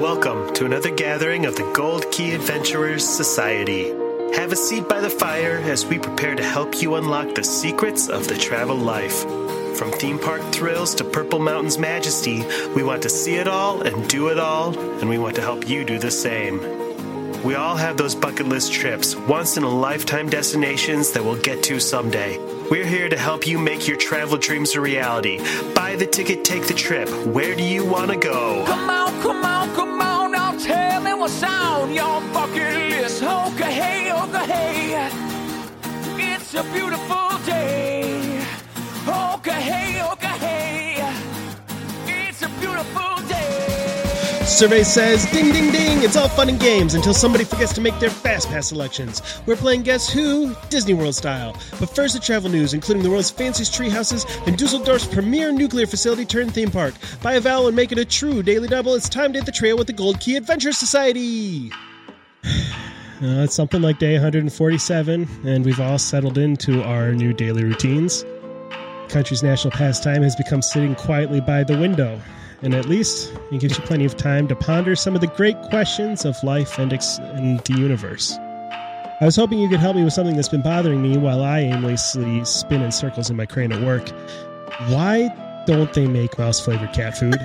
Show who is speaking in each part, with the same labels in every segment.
Speaker 1: Welcome to another gathering of the Gold Key Adventurers Society. Have a seat by the fire as we prepare to help you unlock the secrets of the travel life. From theme park thrills to Purple Mountain's majesty, we want to see it all and do it all, and we want to help you do the same. We all have those bucket list trips, once in a lifetime destinations that we'll get to someday. We're here to help you make your travel dreams a reality. Buy the ticket, take the trip. Where do you want to go?
Speaker 2: Come on, come on, come on, now tell me what's on your bucket list. Oh, Okay, hey, okay, hey. It's a beautiful day. Oh, Okay, hey, okay, hey. It's a beautiful day.
Speaker 1: Survey says, ding, ding, ding, it's all fun and games until somebody forgets to make their Fast Pass selections. We're playing Guess Who, Disney World style. But first, the travel news, including the world's fanciest tree houses and Dusseldorf's premier nuclear facility turned theme park. Buy a vowel and make it a true daily double. It's time to hit the trail with the Gold Key Adventure Society. Uh, it's something like day 147, and we've all settled into our new daily routines. Country's national pastime has become sitting quietly by the window, and at least it gives you plenty of time to ponder some of the great questions of life and, ex- and the universe. I was hoping you could help me with something that's been bothering me while I aimlessly spin in circles in my crane at work. Why don't they make mouse flavored cat food?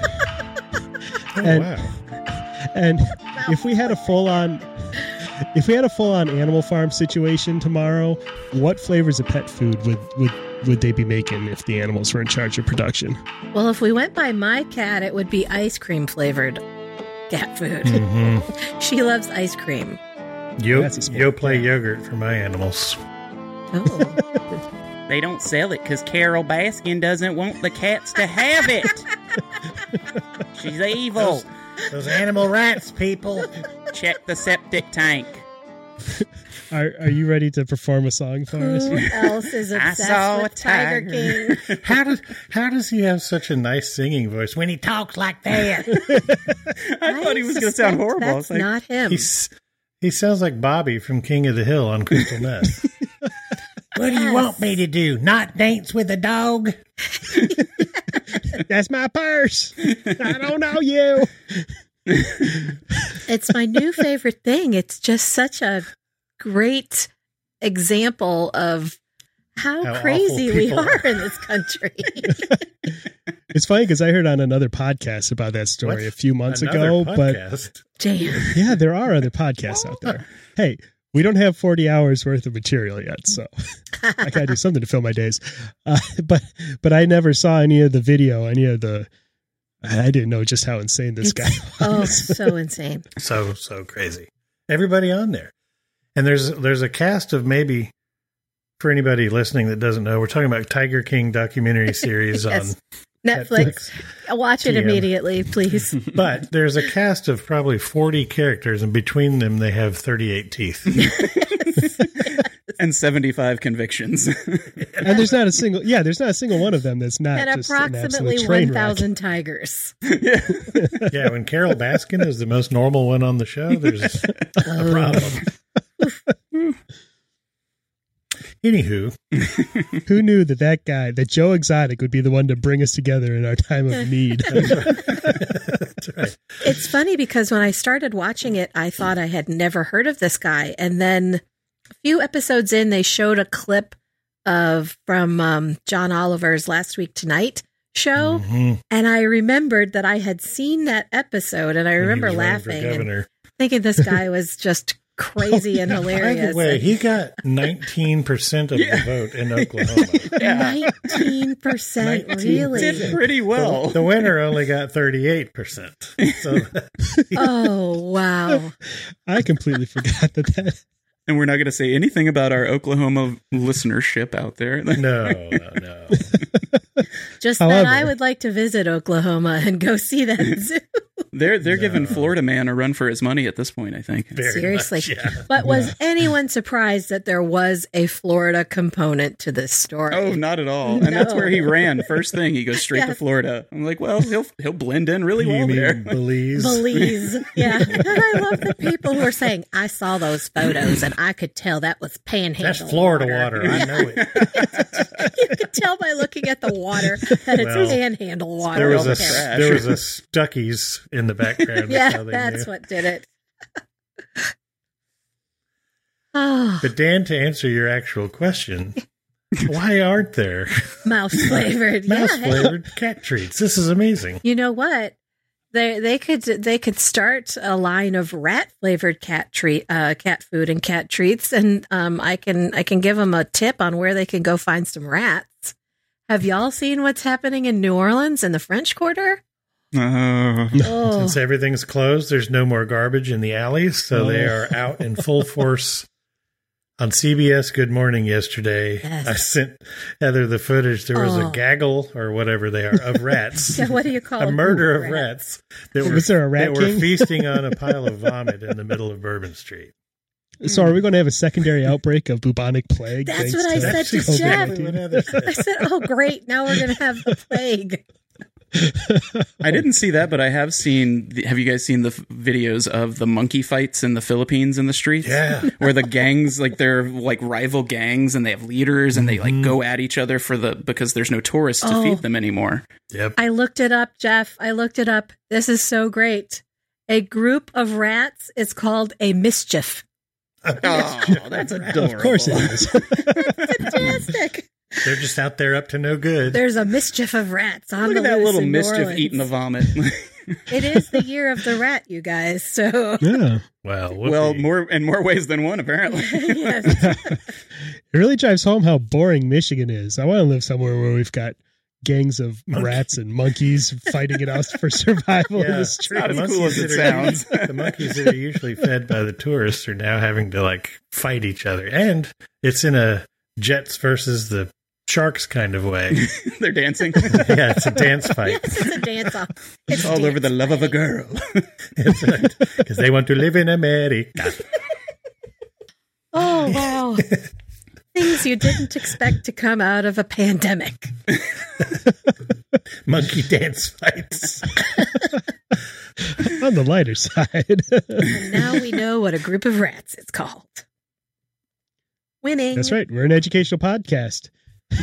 Speaker 1: and, and if we had a full on if we had a full on animal farm situation tomorrow, what flavors of pet food would, would would they be making if the animals were in charge of production?
Speaker 3: Well, if we went by my cat, it would be ice cream flavored cat food. she loves ice cream.
Speaker 4: Yo,
Speaker 1: That's a smart
Speaker 4: yo play yogurt for my animals.
Speaker 3: Oh,
Speaker 5: They don't sell it because Carol Baskin doesn't want the cats to have it. She's evil.
Speaker 4: Those animal rats, people.
Speaker 5: Check the septic tank.
Speaker 1: Are are you ready to perform a song for us?
Speaker 3: who else is
Speaker 5: I
Speaker 3: obsessed
Speaker 5: saw
Speaker 3: with
Speaker 5: a
Speaker 3: Tiger,
Speaker 5: tiger.
Speaker 3: King?
Speaker 4: How does how does he have such a nice singing voice when he talks like that?
Speaker 5: I, thought he was going to sound
Speaker 3: suspect
Speaker 5: horrible. I was like,
Speaker 3: That's not him.
Speaker 4: He's he sounds like Bobby from King of the Hill on Crystal Nest. what do you want me to do? Not dance with a dog?
Speaker 1: That's my purse. I don't know you.
Speaker 3: It's my new favorite thing. It's just such a great example of how,
Speaker 4: How
Speaker 3: crazy
Speaker 4: awful
Speaker 3: we
Speaker 4: people
Speaker 3: are
Speaker 4: are.
Speaker 3: in this country.
Speaker 1: It's funny because I heard on another podcast about that story
Speaker 4: What?
Speaker 1: a few months
Speaker 4: Another
Speaker 1: ago.
Speaker 4: podcast?
Speaker 3: Damn.
Speaker 1: But yeah, there are other podcasts out there. Hey, we don't have 40 hours worth of material yet, so I gotta do something to fill my days. Uh, but but I never saw any of the video, any of the. I I didn't know just how insane this guy.
Speaker 3: Oh, so insane.
Speaker 4: so so crazy. Everybody on there, and there's there's a cast of maybe for anybody listening that doesn't know, we're talking about Tiger King documentary series
Speaker 3: Yes.
Speaker 4: on,
Speaker 3: Netflix, watch it
Speaker 4: TM.
Speaker 3: immediately, please.
Speaker 4: but there's a cast of probably forty characters, and between them they have thirty eight teeth.
Speaker 5: and 75 convictions.
Speaker 1: And there's not a single. Yeah, there's not a single one of them that's not
Speaker 3: and
Speaker 1: just an
Speaker 3: approximately
Speaker 1: absolute train wreck.
Speaker 3: 1,000 tigers.
Speaker 4: yeah, when Carol Baskin is the most normal one on the show, there's a problem. Anywho,
Speaker 1: Who knew that that guy, that Joe Exotic, would be the one to bring us together in our time of need?
Speaker 4: that's right.
Speaker 3: It's funny because when I started watching it, I thought I had never heard of this guy, and then a few episodes in, they showed a clip of from um, John Oliver's Last Week Tonight show,
Speaker 4: Mhm.
Speaker 3: and I remembered that I had seen that episode, and I remember
Speaker 4: He was running for
Speaker 3: laughing and
Speaker 4: governor. Oh,
Speaker 3: thinking this guy was just crazy and hilarious.
Speaker 4: By the way, he got 19% of the vote in Oklahoma.
Speaker 3: Nineteen percent,
Speaker 4: 19%.
Speaker 5: Did
Speaker 3: really?
Speaker 5: pretty well.
Speaker 4: The winner only got 38%. So
Speaker 3: Oh wow!
Speaker 1: I completely forgot that that.
Speaker 5: And we're not going to say anything about our Oklahoma listenership out there.
Speaker 4: no, no, no.
Speaker 3: Just
Speaker 1: However-
Speaker 3: that I would like to visit Oklahoma and go see that zoo.
Speaker 6: They're they're giving Florida man a run for his money at this point. I think.
Speaker 4: Very
Speaker 3: Seriously.
Speaker 4: much, yeah.
Speaker 3: But was anyone surprised that there was a Florida component to this story?
Speaker 6: Oh, not at all. And that's
Speaker 3: No.
Speaker 6: where he ran. First thing, he goes straight
Speaker 3: Yeah.
Speaker 6: to Florida. I'm like, well, he'll he'll blend in really well
Speaker 4: You mean
Speaker 6: there.
Speaker 4: Belize?
Speaker 3: Belize. Yeah. and I love the people who are saying, I saw those photos and I could tell that was panhandle.
Speaker 4: That's Florida water. I know it.
Speaker 3: You could tell by looking at the water that it's
Speaker 4: Well,
Speaker 3: panhandle water.
Speaker 4: There was
Speaker 3: over there.
Speaker 4: a
Speaker 6: trash.
Speaker 4: there was a Stuckies in the background.
Speaker 3: Yeah,
Speaker 4: how they
Speaker 3: that's
Speaker 4: knew.
Speaker 3: what did it. oh,
Speaker 4: But Dan, to answer your actual question, why aren't there
Speaker 3: mouse flavored.
Speaker 4: mouse
Speaker 3: yeah.
Speaker 4: flavored cat treats? This is amazing.
Speaker 3: You know what? They they could they could start a line of rat flavored cat treat uh, cat food and cat treats, and um, I can I can give them a tip on where they can go find some rats. Have y'all seen what's happening in New Orleans in the French Quarter?
Speaker 4: Uh,
Speaker 6: Oh,
Speaker 3: Oh,
Speaker 4: Since everything's closed, there's no more garbage in the alleys, so they
Speaker 6: Oh.
Speaker 4: are out in full force. On CBS Good Morning yesterday,
Speaker 3: Yes.
Speaker 4: I sent Heather the footage. There was
Speaker 3: Oh.
Speaker 4: a gaggle or whatever they are of rats.
Speaker 3: so what do you call
Speaker 4: a
Speaker 3: them?
Speaker 4: murder of rats that were,
Speaker 1: Was there a rat
Speaker 4: that were
Speaker 1: king?
Speaker 4: feasting on a pile of vomit in the middle of Bourbon Street.
Speaker 1: So are we going to have a secondary outbreak of bubonic plague?
Speaker 3: That's
Speaker 1: thanks
Speaker 3: what I
Speaker 1: to
Speaker 3: said to
Speaker 1: COVID-19?
Speaker 3: Jeff.
Speaker 4: exactly what Heather
Speaker 3: I
Speaker 4: said.
Speaker 3: said, "Oh, great! Now we're gonna have the plague."
Speaker 6: I didn't see that, but I have seen. The, have you guys seen the f- videos of the monkey fights in the Philippines in the streets?
Speaker 4: Yeah.
Speaker 6: Where the gangs, like they're like rival gangs, and they have leaders, and they like go at each other for the because there's no tourists to
Speaker 3: Oh.
Speaker 6: feed them anymore.
Speaker 4: Yep.
Speaker 3: I looked it up, Jeff. I looked it up. This is so great. A group of rats is called a mischief.
Speaker 6: Oh, that's adorable.
Speaker 1: Of course it is.
Speaker 3: Fantastic.
Speaker 4: They're just out there up to no good.
Speaker 3: There's a mischief of rats on
Speaker 6: Look
Speaker 3: the
Speaker 6: at that
Speaker 3: loose
Speaker 6: little
Speaker 3: in New
Speaker 6: mischief
Speaker 3: Orleans.
Speaker 6: eating the vomit.
Speaker 3: It is the year of the rat, you guys. So
Speaker 1: yeah.
Speaker 4: well, whoopee.
Speaker 6: well, more in more ways than one, apparently.
Speaker 3: yes.
Speaker 1: It really drives home how boring Michigan is. I want to live somewhere where we've got gangs of
Speaker 4: Monkey.
Speaker 1: rats and monkeys fighting it out for survival in
Speaker 4: Yeah.
Speaker 1: the
Speaker 4: It's
Speaker 1: street.
Speaker 6: not as
Speaker 4: monkeys
Speaker 6: cool as it
Speaker 4: that are-
Speaker 6: sounds.
Speaker 4: the monkeys that are usually fed by the tourists are now having to like fight each other, and it's in a jets versus the sharks kind of way.
Speaker 6: They're dancing
Speaker 4: yeah, it's a dance fight
Speaker 3: yes, it's a dance off. It's
Speaker 6: all over the
Speaker 3: dance
Speaker 6: love of a
Speaker 3: fight.
Speaker 6: girl.
Speaker 4: because they want to live in America.
Speaker 3: Oh wow. Things you didn't expect to come out of a pandemic.
Speaker 4: Monkey dance fights.
Speaker 1: On the lighter side.
Speaker 3: And now we know what a group of rats is called. Winning.
Speaker 1: That's right. We're an educational podcast.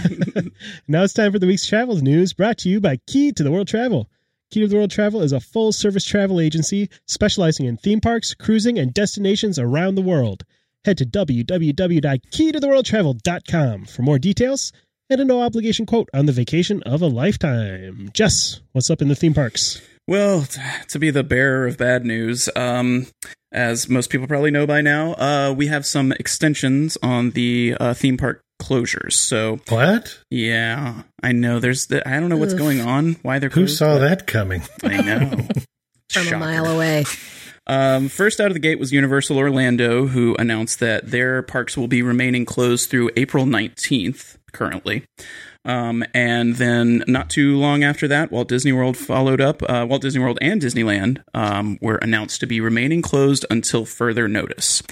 Speaker 1: now it's time for the week's travel news brought to you by Key to the World Travel. Key to the World Travel is a full service travel agency specializing in theme parks, cruising, and destinations around the world. Head to www.keytotheworldtravel.com for more details and a no obligation quote on the vacation of a lifetime. Jess, what's up in the theme parks?
Speaker 6: Well, t- to be the bearer of bad news, um, as most people probably know by now, uh, we have some extensions on the uh, theme park closures. So,
Speaker 4: What?
Speaker 6: yeah, I know there's the, I don't know what's
Speaker 3: Oof.
Speaker 6: going on, why they're
Speaker 4: Who
Speaker 6: closed.
Speaker 4: saw that coming?
Speaker 6: I know.
Speaker 3: from
Speaker 6: Shocker.
Speaker 3: a mile away.
Speaker 6: Um, first out of the gate was Universal Orlando, who announced that their parks will be remaining closed through April 19th currently. Um, and then not too long after that, Walt Disney World followed up. Uh, Walt Disney World and Disneyland um, were announced to be remaining closed until further notice.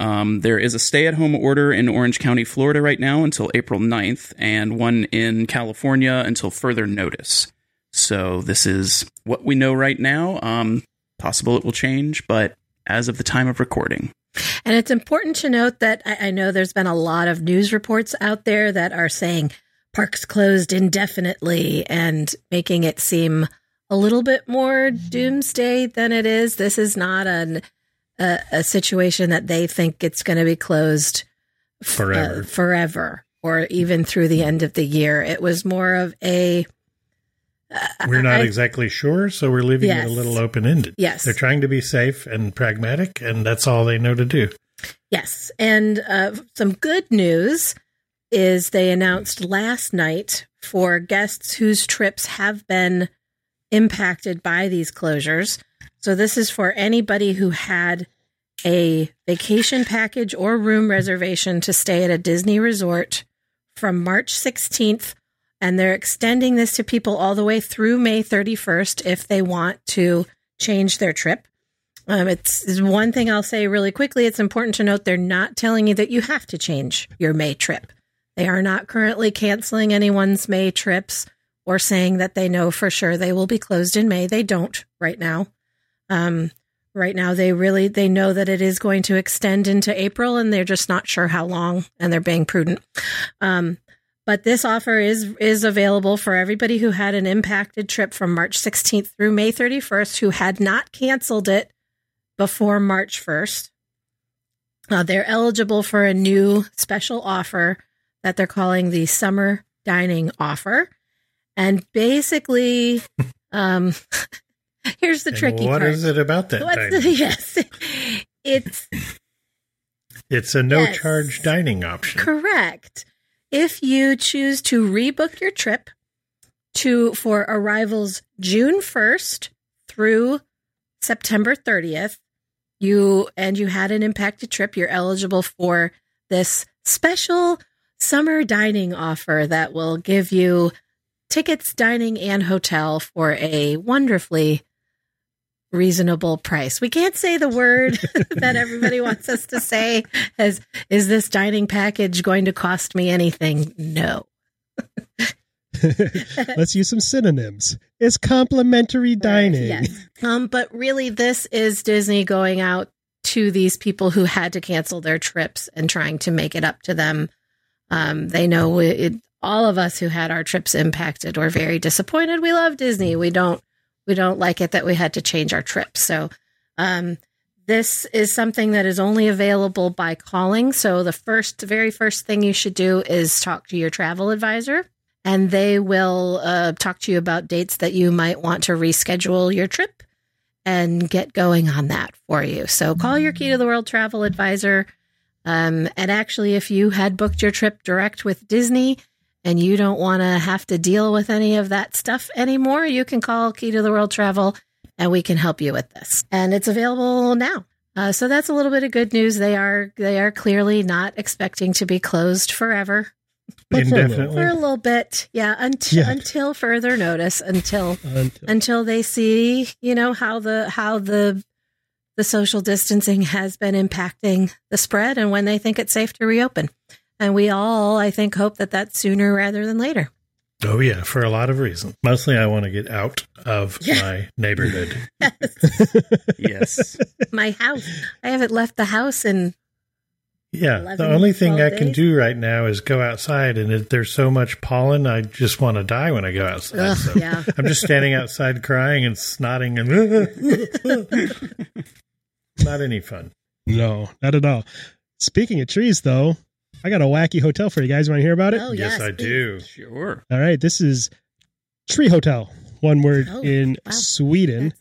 Speaker 6: Um, there is a stay at home order in Orange County, Florida right now until April 9th, and one in California until further notice. So this is what we know right now. Um, possible it will change, but as of the time of recording,
Speaker 3: And it's important to note that I, I know there's been a lot of news reports out there that are saying parks closed indefinitely and making it seem a little bit more doomsday than it is. This is not an, a, a situation that they think it's going to be closed
Speaker 4: Forever.
Speaker 3: uh, forever or even through the end of the year. It was more of a.
Speaker 4: We're not
Speaker 3: I-
Speaker 4: exactly sure, so we're leaving
Speaker 3: Yes.
Speaker 4: it a little open ended.
Speaker 3: Yes.
Speaker 4: They're trying to be safe and pragmatic, and that's all they know to do.
Speaker 3: Yes. And uh, some good news is they announced last night for guests whose trips have been impacted by these closures. So this is for anybody who had a vacation package or room reservation to stay at a Disney resort from March 16th And they're extending this to people all the way through May 31st if they want to change their trip. Um, it's, it's one thing I'll say really quickly. It's important to note they're not telling you that you have to change your May trip. They are not currently canceling anyone's May trips or saying that they know for sure they will be closed in May. They don't right now. Um, right now, they really they know that it is going to extend into April, and they're just not sure how long, and they're being prudent. Um, but this offer is is available for everybody who had an impacted trip from March 16th through May 31st who had not canceled it before March 1st. Uh, they're eligible for a new special offer that they're calling the summer dining offer. And basically, um, here's the
Speaker 4: And
Speaker 3: tricky
Speaker 4: what
Speaker 3: part.
Speaker 4: is it about that?
Speaker 3: What's the-
Speaker 4: dining?
Speaker 3: yes, it's
Speaker 4: It's a no
Speaker 3: Yes.
Speaker 4: charge dining option.
Speaker 3: Correct. If you choose to rebook your trip to for arrivals June 1st through September 30th, you and you had an impacted trip, you're eligible for this special summer dining offer that will give you tickets, dining and hotel for a wonderfully reasonable price. We can't say the word that everybody wants us to say as is this dining package going to cost me anything? No.
Speaker 1: Let's use some synonyms. It's complimentary dining.
Speaker 3: Yes. Um, but really, this is Disney going out to these people who had to cancel their trips and trying to make it up to them. Um, they know it, it- all of us who had our trips impacted were very disappointed. We love Disney. We don't we don't like it that we had to change our trips. So um, this is something that is only available by calling. So the first, the very first thing you should do is talk to your travel advisor, and they will uh, talk to you about dates that you might want to reschedule your trip and get going on that for you. So call your Key to the World travel advisor. Um, and actually, if you had booked your trip direct with Disney and you don't want to have to deal with any of that stuff anymore, you can call Key to the World Travel and we can help you with this. And it's available now. Uh, so that's a little bit of good news. They are they are clearly not expecting to be closed forever
Speaker 1: But for a little-
Speaker 4: Indefinitely.
Speaker 3: for a little bit. Yeah, until
Speaker 1: Yeah.
Speaker 3: until further notice. Until
Speaker 1: Until-
Speaker 3: until they see you know how the how the the social distancing has been impacting the spread and when they think it's safe to reopen and we all i think hope that that's sooner rather than later
Speaker 4: Oh yeah, for a lot of reasons. Mostly, I want to get out of
Speaker 3: Yeah.
Speaker 4: my neighborhood.
Speaker 6: Yes.
Speaker 3: my house i haven't left the house and
Speaker 4: Yeah,
Speaker 3: 11,
Speaker 4: the only thing
Speaker 3: 12
Speaker 4: I can
Speaker 3: days?
Speaker 4: do right now is go outside, and it, there's so much pollen, I just want to die when I go outside.
Speaker 3: ugh,
Speaker 4: so
Speaker 3: yeah
Speaker 4: I'm just standing outside crying and snotting, and not any fun.
Speaker 1: no, not at all. Speaking of trees, though, I got a wacky hotel for you guys. Want to hear about it?
Speaker 3: Oh,
Speaker 4: yes,
Speaker 3: yes,
Speaker 4: I
Speaker 3: please.
Speaker 4: do.
Speaker 6: sure.
Speaker 1: All right, this is Tree Hotel, one word
Speaker 3: Oh,
Speaker 1: in
Speaker 3: wow.
Speaker 1: Sweden.
Speaker 3: That's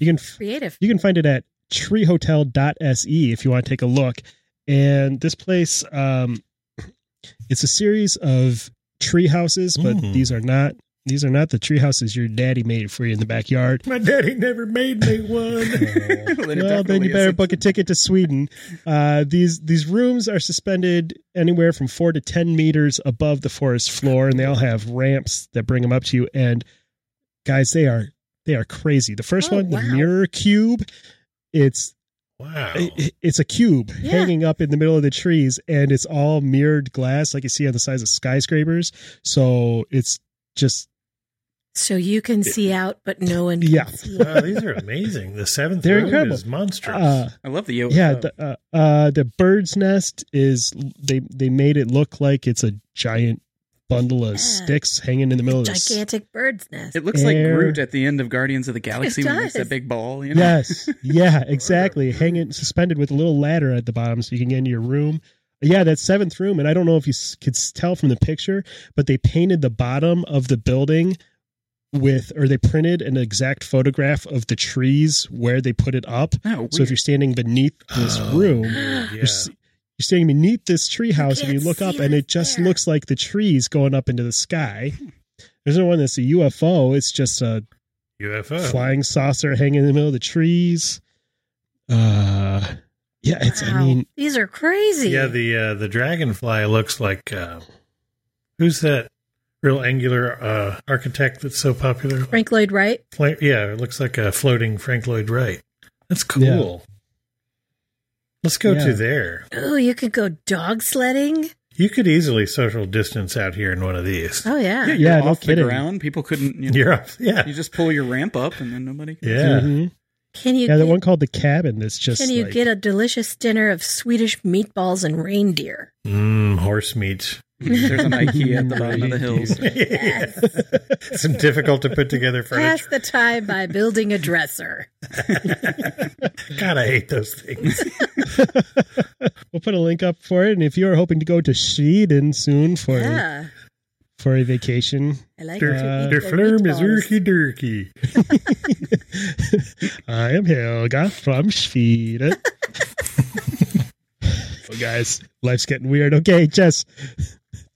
Speaker 1: You can f-
Speaker 3: creative
Speaker 1: you can find it at treehotel.se if you want to take a look. And this place, um, it's a series of tree houses, but
Speaker 4: Mm.
Speaker 1: these are not these are not the tree houses your daddy made for you in the backyard. Oh.
Speaker 4: My daddy never made me one.
Speaker 6: Well, it
Speaker 1: well, then
Speaker 6: definitely
Speaker 1: you better
Speaker 6: isn't.
Speaker 1: book a ticket to Sweden. Uh, these these rooms are suspended anywhere from four to ten meters above the forest floor, and they all have ramps that bring them up to you. And guys, they are they are crazy. The first
Speaker 3: Oh,
Speaker 1: one, the
Speaker 3: wow. Oh.
Speaker 1: mirror cube, it's
Speaker 4: wow.
Speaker 1: it- it's a cube
Speaker 3: Yeah.
Speaker 1: hanging up in the middle of the trees, and it's all mirrored glass, like you see on the sides of skyscrapers. So it's just
Speaker 3: so you can see out but no one can
Speaker 1: Yeah.
Speaker 3: see
Speaker 4: Wow,
Speaker 3: out.
Speaker 4: these are amazing. The seventh
Speaker 1: They're
Speaker 4: room
Speaker 1: incredible.
Speaker 4: is monstrous.
Speaker 1: uh,
Speaker 6: I love the yo-
Speaker 1: yeah
Speaker 6: uh,
Speaker 1: the, uh, uh the bird's nest is they they made it look like it's a giant bundle of
Speaker 3: Yeah.
Speaker 1: sticks hanging in the middle of this
Speaker 3: gigantic bird's nest
Speaker 6: it looks like
Speaker 1: air-
Speaker 6: Groot at the end of Guardians of the Galaxy when he makes
Speaker 3: does.
Speaker 6: that big ball. You know?
Speaker 1: yes yeah exactly hanging suspended with a little ladder at the bottom so you can get into your room yeah that seventh room and i don't know if you s- could s- tell from the picture but they painted the bottom of the building with or they printed an exact photograph of the trees where they put it up
Speaker 6: No,
Speaker 1: so if you're standing beneath this
Speaker 4: Oh,
Speaker 1: room
Speaker 4: weird, yeah.
Speaker 1: You're, s- you're standing beneath this tree house and you
Speaker 3: can't
Speaker 1: look
Speaker 3: see
Speaker 1: up and
Speaker 3: what's
Speaker 1: it just
Speaker 3: there.
Speaker 1: looks like the trees going up into the sky. There's no one that's a UFO. It's just a
Speaker 4: UFO.
Speaker 1: flying saucer hanging in the middle of the trees. Uh, yeah, it's, I
Speaker 3: Wow.
Speaker 1: mean,
Speaker 3: these are crazy
Speaker 4: Yeah, the uh, the dragonfly looks like uh, who's that? real angular uh, architect that's so popular.
Speaker 3: Frank Lloyd Wright.
Speaker 4: Fla- yeah, it looks like a floating Frank Lloyd Wright. That's cool. Let's go
Speaker 1: Yeah.
Speaker 4: to there.
Speaker 3: Oh, you could go dog sledding.
Speaker 4: You could easily social distance out here in one of these.
Speaker 3: Oh yeah.
Speaker 1: Yeah,
Speaker 6: you're
Speaker 1: no
Speaker 6: off
Speaker 1: kidding.
Speaker 6: the ground. People couldn't. You, know,
Speaker 4: You're up. Yeah.
Speaker 6: you just pull your ramp up, and then nobody. Can.
Speaker 4: Yeah.
Speaker 1: Mhm.
Speaker 3: Can you
Speaker 1: Yeah, the
Speaker 3: get,
Speaker 1: one called the cabin. That's just
Speaker 3: can you
Speaker 1: like-
Speaker 3: get a delicious dinner of Swedish meatballs and reindeer?
Speaker 4: Mm, horse meat.
Speaker 6: There's an IKEA at the bottom of the hills.
Speaker 4: Some difficult to put together
Speaker 3: Pass
Speaker 4: furniture.
Speaker 3: the time by building a dresser.
Speaker 4: God, I hate those things.
Speaker 1: We'll put a link up for it, and if you are hoping to go to Sweden soon for
Speaker 3: Yeah.
Speaker 1: a, for a vacation,
Speaker 3: I like
Speaker 4: Der,
Speaker 3: to eat
Speaker 4: der
Speaker 3: the
Speaker 4: Flurm is
Speaker 3: meatballs.
Speaker 4: urky durky.
Speaker 1: I am Helga from Sweden. well, Oh, guys, life's getting weird. Okay, Jess,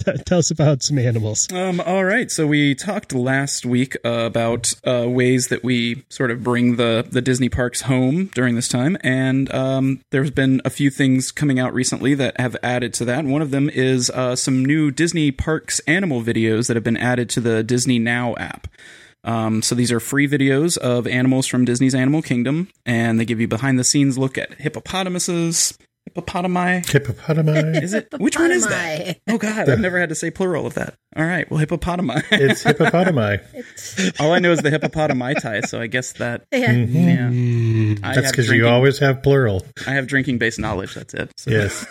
Speaker 1: t- tell us about some animals.
Speaker 6: Um, all right. So we talked last week uh, about uh, ways that we sort of bring the the Disney parks home during this time, and um, there's been a few things coming out recently that have added to that. And one of them is uh, some new Disney parks animal videos that have been added to the Disney Now app. Um, so these are free videos of animals from Disney's Animal Kingdom, and they give you behind the scenes look at hippopotamuses, hippopotami.
Speaker 4: Hippopotami.
Speaker 6: Is it which one is that?
Speaker 3: Hippopotami.
Speaker 6: Oh God, I've never had to say plural of that. All right, well, hippopotami.
Speaker 4: It's hippopotami.
Speaker 6: All I know is the hippopotami tie, so I guess that.
Speaker 3: Yeah.
Speaker 6: Yeah, I
Speaker 4: Mm. That's
Speaker 6: have
Speaker 4: because you
Speaker 6: drinking-
Speaker 4: always have plural.
Speaker 6: I have drinking based knowledge. That's it. So.
Speaker 4: Yes.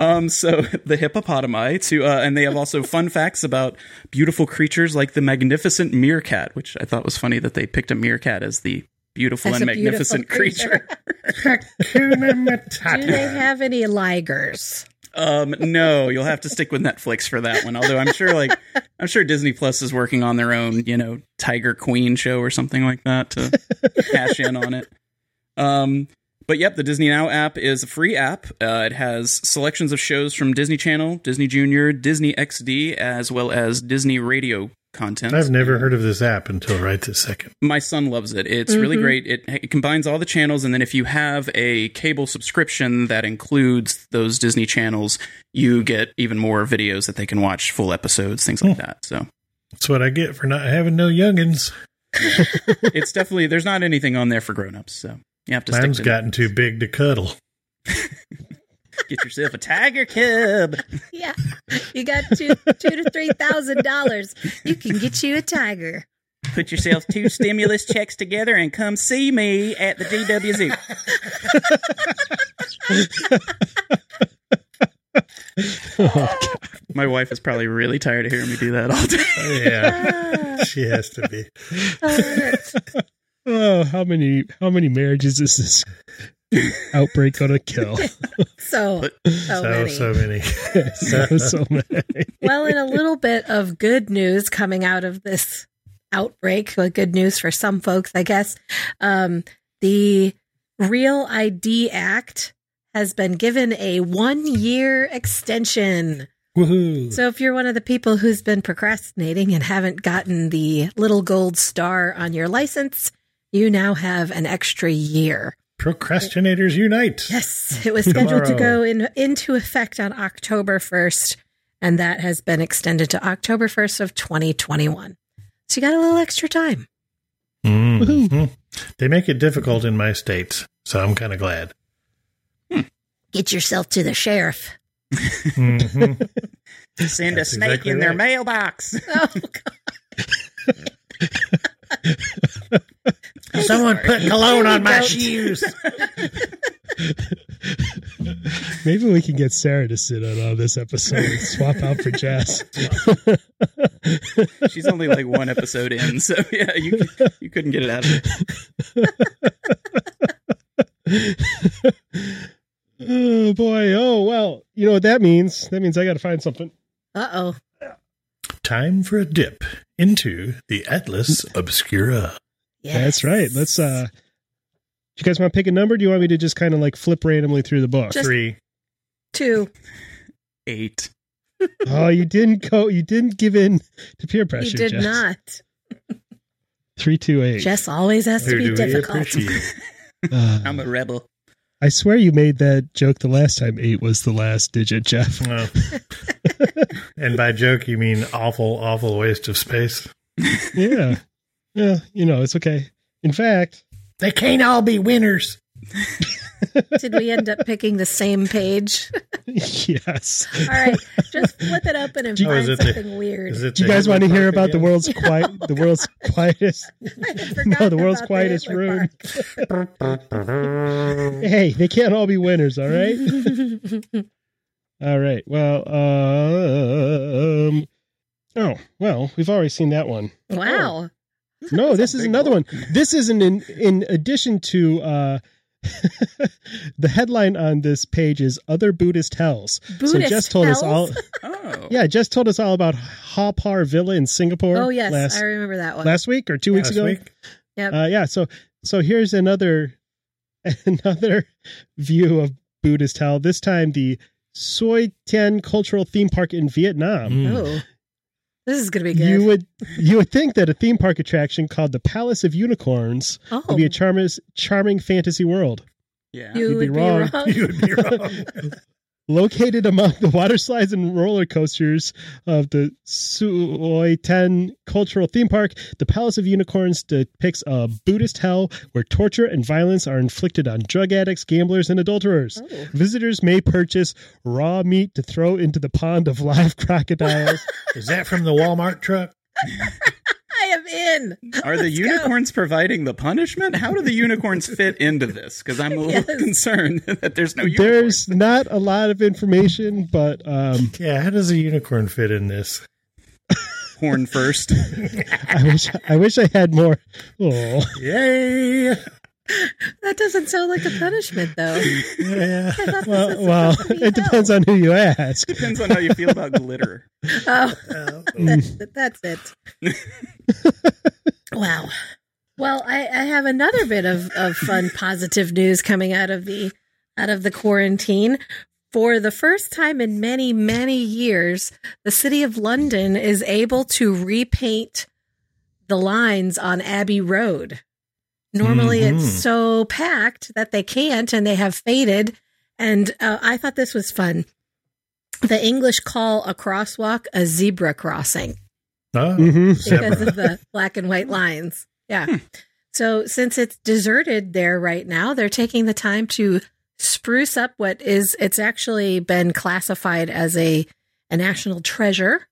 Speaker 6: Um. So the hippopotami to, uh, and they have also fun facts about beautiful creatures like the magnificent meerkat, which I thought was funny that they picked a meerkat as the beautiful
Speaker 3: As
Speaker 6: and
Speaker 3: a beautiful
Speaker 6: magnificent creature.
Speaker 4: Hakuna
Speaker 3: Do they
Speaker 4: Matata.
Speaker 3: have any ligers?
Speaker 6: Um, no, you'll have to stick with Netflix for that one. Although I'm sure, like, I'm sure Disney Plus is working on their own, you know, Tiger Queen show or something like that to cash in on it. Um, but yep, the Disney Now app is a free app. Uh, it has selections of shows from Disney Channel, Disney Junior, Disney XD, as well as Disney Radio content.
Speaker 4: I've never heard of this app until right this second.
Speaker 6: My son loves it. It's really great. It, it combines all the channels, and then if you have a cable subscription that includes those Disney channels, you get even more videos that they can watch, full episodes, things like that. So
Speaker 4: That's what I get for not having no youngins.
Speaker 6: it's definitely there's not anything on there for grown-ups, So you have to stick
Speaker 4: Mine's
Speaker 6: to
Speaker 4: gotten too big to cuddle.
Speaker 6: get yourself a tiger cub.
Speaker 3: Yeah. You got two two to three thousand dollars. You can get you a tiger.
Speaker 5: Put yourself two stimulus checks together and come see me at the GW Zoo.
Speaker 6: My wife is probably really tired of hearing me do that all day.
Speaker 4: Yeah,
Speaker 3: Ah,
Speaker 4: she has to be.
Speaker 3: all right.
Speaker 1: Oh, how many how many marriages is this outbreak gonna kill?
Speaker 3: so so
Speaker 4: So,
Speaker 3: many.
Speaker 4: so many.
Speaker 1: so, so many.
Speaker 3: Well, in a little bit of good news coming out of this outbreak, but good news for some folks, I guess. Um, the Real ID Act has been given a one year extension.
Speaker 4: Woohoo.
Speaker 3: So if you're one of the people who's been procrastinating and haven't gotten the little gold star on your license, you now have an extra year.
Speaker 4: Procrastinators unite.
Speaker 3: Yes, it was scheduled to
Speaker 4: Tomorrow.
Speaker 3: go in, into effect on October 1st, and that has been extended to October 1st of 2021. So you got a little extra time.
Speaker 4: Mm. They make it difficult in my states, so I'm kind of glad.
Speaker 3: Get yourself to the sheriff.
Speaker 4: Mhm.
Speaker 5: Send
Speaker 4: That's
Speaker 5: a snake
Speaker 4: exactly
Speaker 5: in their
Speaker 4: right.
Speaker 5: mailbox.
Speaker 3: Oh, God.
Speaker 4: Someone put cologne on my shoes.
Speaker 1: Maybe we can get Sarah to sit in on this episode and swap out for Jess.
Speaker 6: She's only like one episode in, so yeah, you you couldn't get it out of her.
Speaker 1: oh boy. Oh well. You know what that means? That means I gotta find something.
Speaker 3: Uh-oh.
Speaker 4: Time for a dip into the Atlas Obscura.
Speaker 3: Yes.
Speaker 1: That's right. Let's uh do you guys want to pick a number? Do you want me to just kind of like flip randomly through the book?
Speaker 3: Just-
Speaker 4: Three.
Speaker 3: Two.
Speaker 6: Eight.
Speaker 1: oh, you didn't go you didn't give in to peer pressure.
Speaker 3: You did
Speaker 1: Jess.
Speaker 3: not.
Speaker 1: Three two eight.
Speaker 3: Jess always has to
Speaker 4: Who
Speaker 3: be
Speaker 4: do we
Speaker 3: difficult.
Speaker 4: appreciate?
Speaker 1: Uh,
Speaker 6: I'm a rebel.
Speaker 1: I swear you made that joke the last time eight was the last digit, Jeff.
Speaker 4: Well, And by joke, you mean awful, awful waste of space.
Speaker 1: yeah. Yeah, you know, it's okay. In fact,
Speaker 4: They can't all be winners.
Speaker 3: Did we end up picking the same page?
Speaker 1: yes.
Speaker 3: All right, just flip it open and
Speaker 4: Oh,
Speaker 3: find
Speaker 4: is it the-
Speaker 3: something weird.
Speaker 4: Is it
Speaker 1: Do you
Speaker 4: the
Speaker 1: guys want to
Speaker 4: Henry
Speaker 1: hear
Speaker 4: Park
Speaker 1: about the
Speaker 4: again?
Speaker 1: world's quiet the world's quietest
Speaker 3: I had forgotten
Speaker 1: No, the world's
Speaker 3: about
Speaker 1: quietest
Speaker 3: Hitler
Speaker 1: room.
Speaker 3: Park.
Speaker 1: Hey, they can't all be winners, all right? all right. Well, um Oh, well, we've already seen that one.
Speaker 3: Wow.
Speaker 1: No, this is another one. This isn't in in addition to uh the headline on this page is other Buddhist hells. so
Speaker 3: Buddhist
Speaker 1: just told us all
Speaker 3: hells?
Speaker 6: Oh.
Speaker 1: Yeah, just told us all about Hopar Villa in Singapore.
Speaker 3: Oh yes,
Speaker 1: last,
Speaker 3: I remember that one.
Speaker 1: last week or two weeks
Speaker 4: Last
Speaker 1: ago.
Speaker 4: week?
Speaker 3: Yep.
Speaker 1: Uh, yeah. So so here's another another view of Buddhist hell. This time the Soi Tian Cultural Theme Park in
Speaker 4: Um,
Speaker 1: Vietnam.
Speaker 3: oh, this is gonna be good.
Speaker 1: Hmm. You would you would think that a theme park attraction called the Palace of Unicorns
Speaker 3: oh,
Speaker 1: would be a charming charming fantasy world.
Speaker 6: Yeah.
Speaker 3: you
Speaker 1: you'd
Speaker 3: would
Speaker 1: be
Speaker 3: be
Speaker 1: wrong.
Speaker 3: wrong.
Speaker 4: You would be wrong.
Speaker 1: Located among the water slides and roller coasters of the Suoi Ten Cultural Theme Park, the Palace of Unicorns depicts a Buddhist hell where torture and violence are inflicted on drug addicts, gamblers, and adulterers.
Speaker 3: Oh.
Speaker 1: Visitors may purchase raw meat to throw into the pond of live crocodiles.
Speaker 4: Is that from the Walmart truck?
Speaker 3: I am in.
Speaker 6: Are the unicorns providing the punishment? How do the unicorns fit into this? Because I'm a little
Speaker 3: Yes.
Speaker 6: concerned that there's no unicorns.
Speaker 1: There's not a lot of information, but um,
Speaker 4: Yeah, how does a unicorn fit in this?
Speaker 6: Horn first.
Speaker 1: I wish I wish I had more. Oh.
Speaker 4: Yay!
Speaker 3: That doesn't sound like a punishment though. I
Speaker 4: Yeah.
Speaker 3: thought this was
Speaker 1: Well, well,
Speaker 3: supposed to be
Speaker 1: it depends
Speaker 3: hell.
Speaker 1: on who you ask.
Speaker 6: Depends on how you feel about glitter.
Speaker 3: Oh,
Speaker 4: Uh,
Speaker 3: that, that's it. wow. Well, I, I have another bit of, of fun positive news coming out of the out of the quarantine. For the first time in many, many years, the city of London is able to repaint the lines on Abbey Road. Normally, it's
Speaker 4: Mhm.
Speaker 3: so packed that they can't and they have faded. And uh, I thought this was fun. The English call a crosswalk a zebra crossing
Speaker 4: oh,
Speaker 3: Mm-hmm.
Speaker 1: hmm
Speaker 3: because
Speaker 4: zebra. Hmm.
Speaker 3: of the black and white lines. Yeah. So since it's deserted there right now, they're taking the time to spruce up what is it's actually been classified as a a national treasure.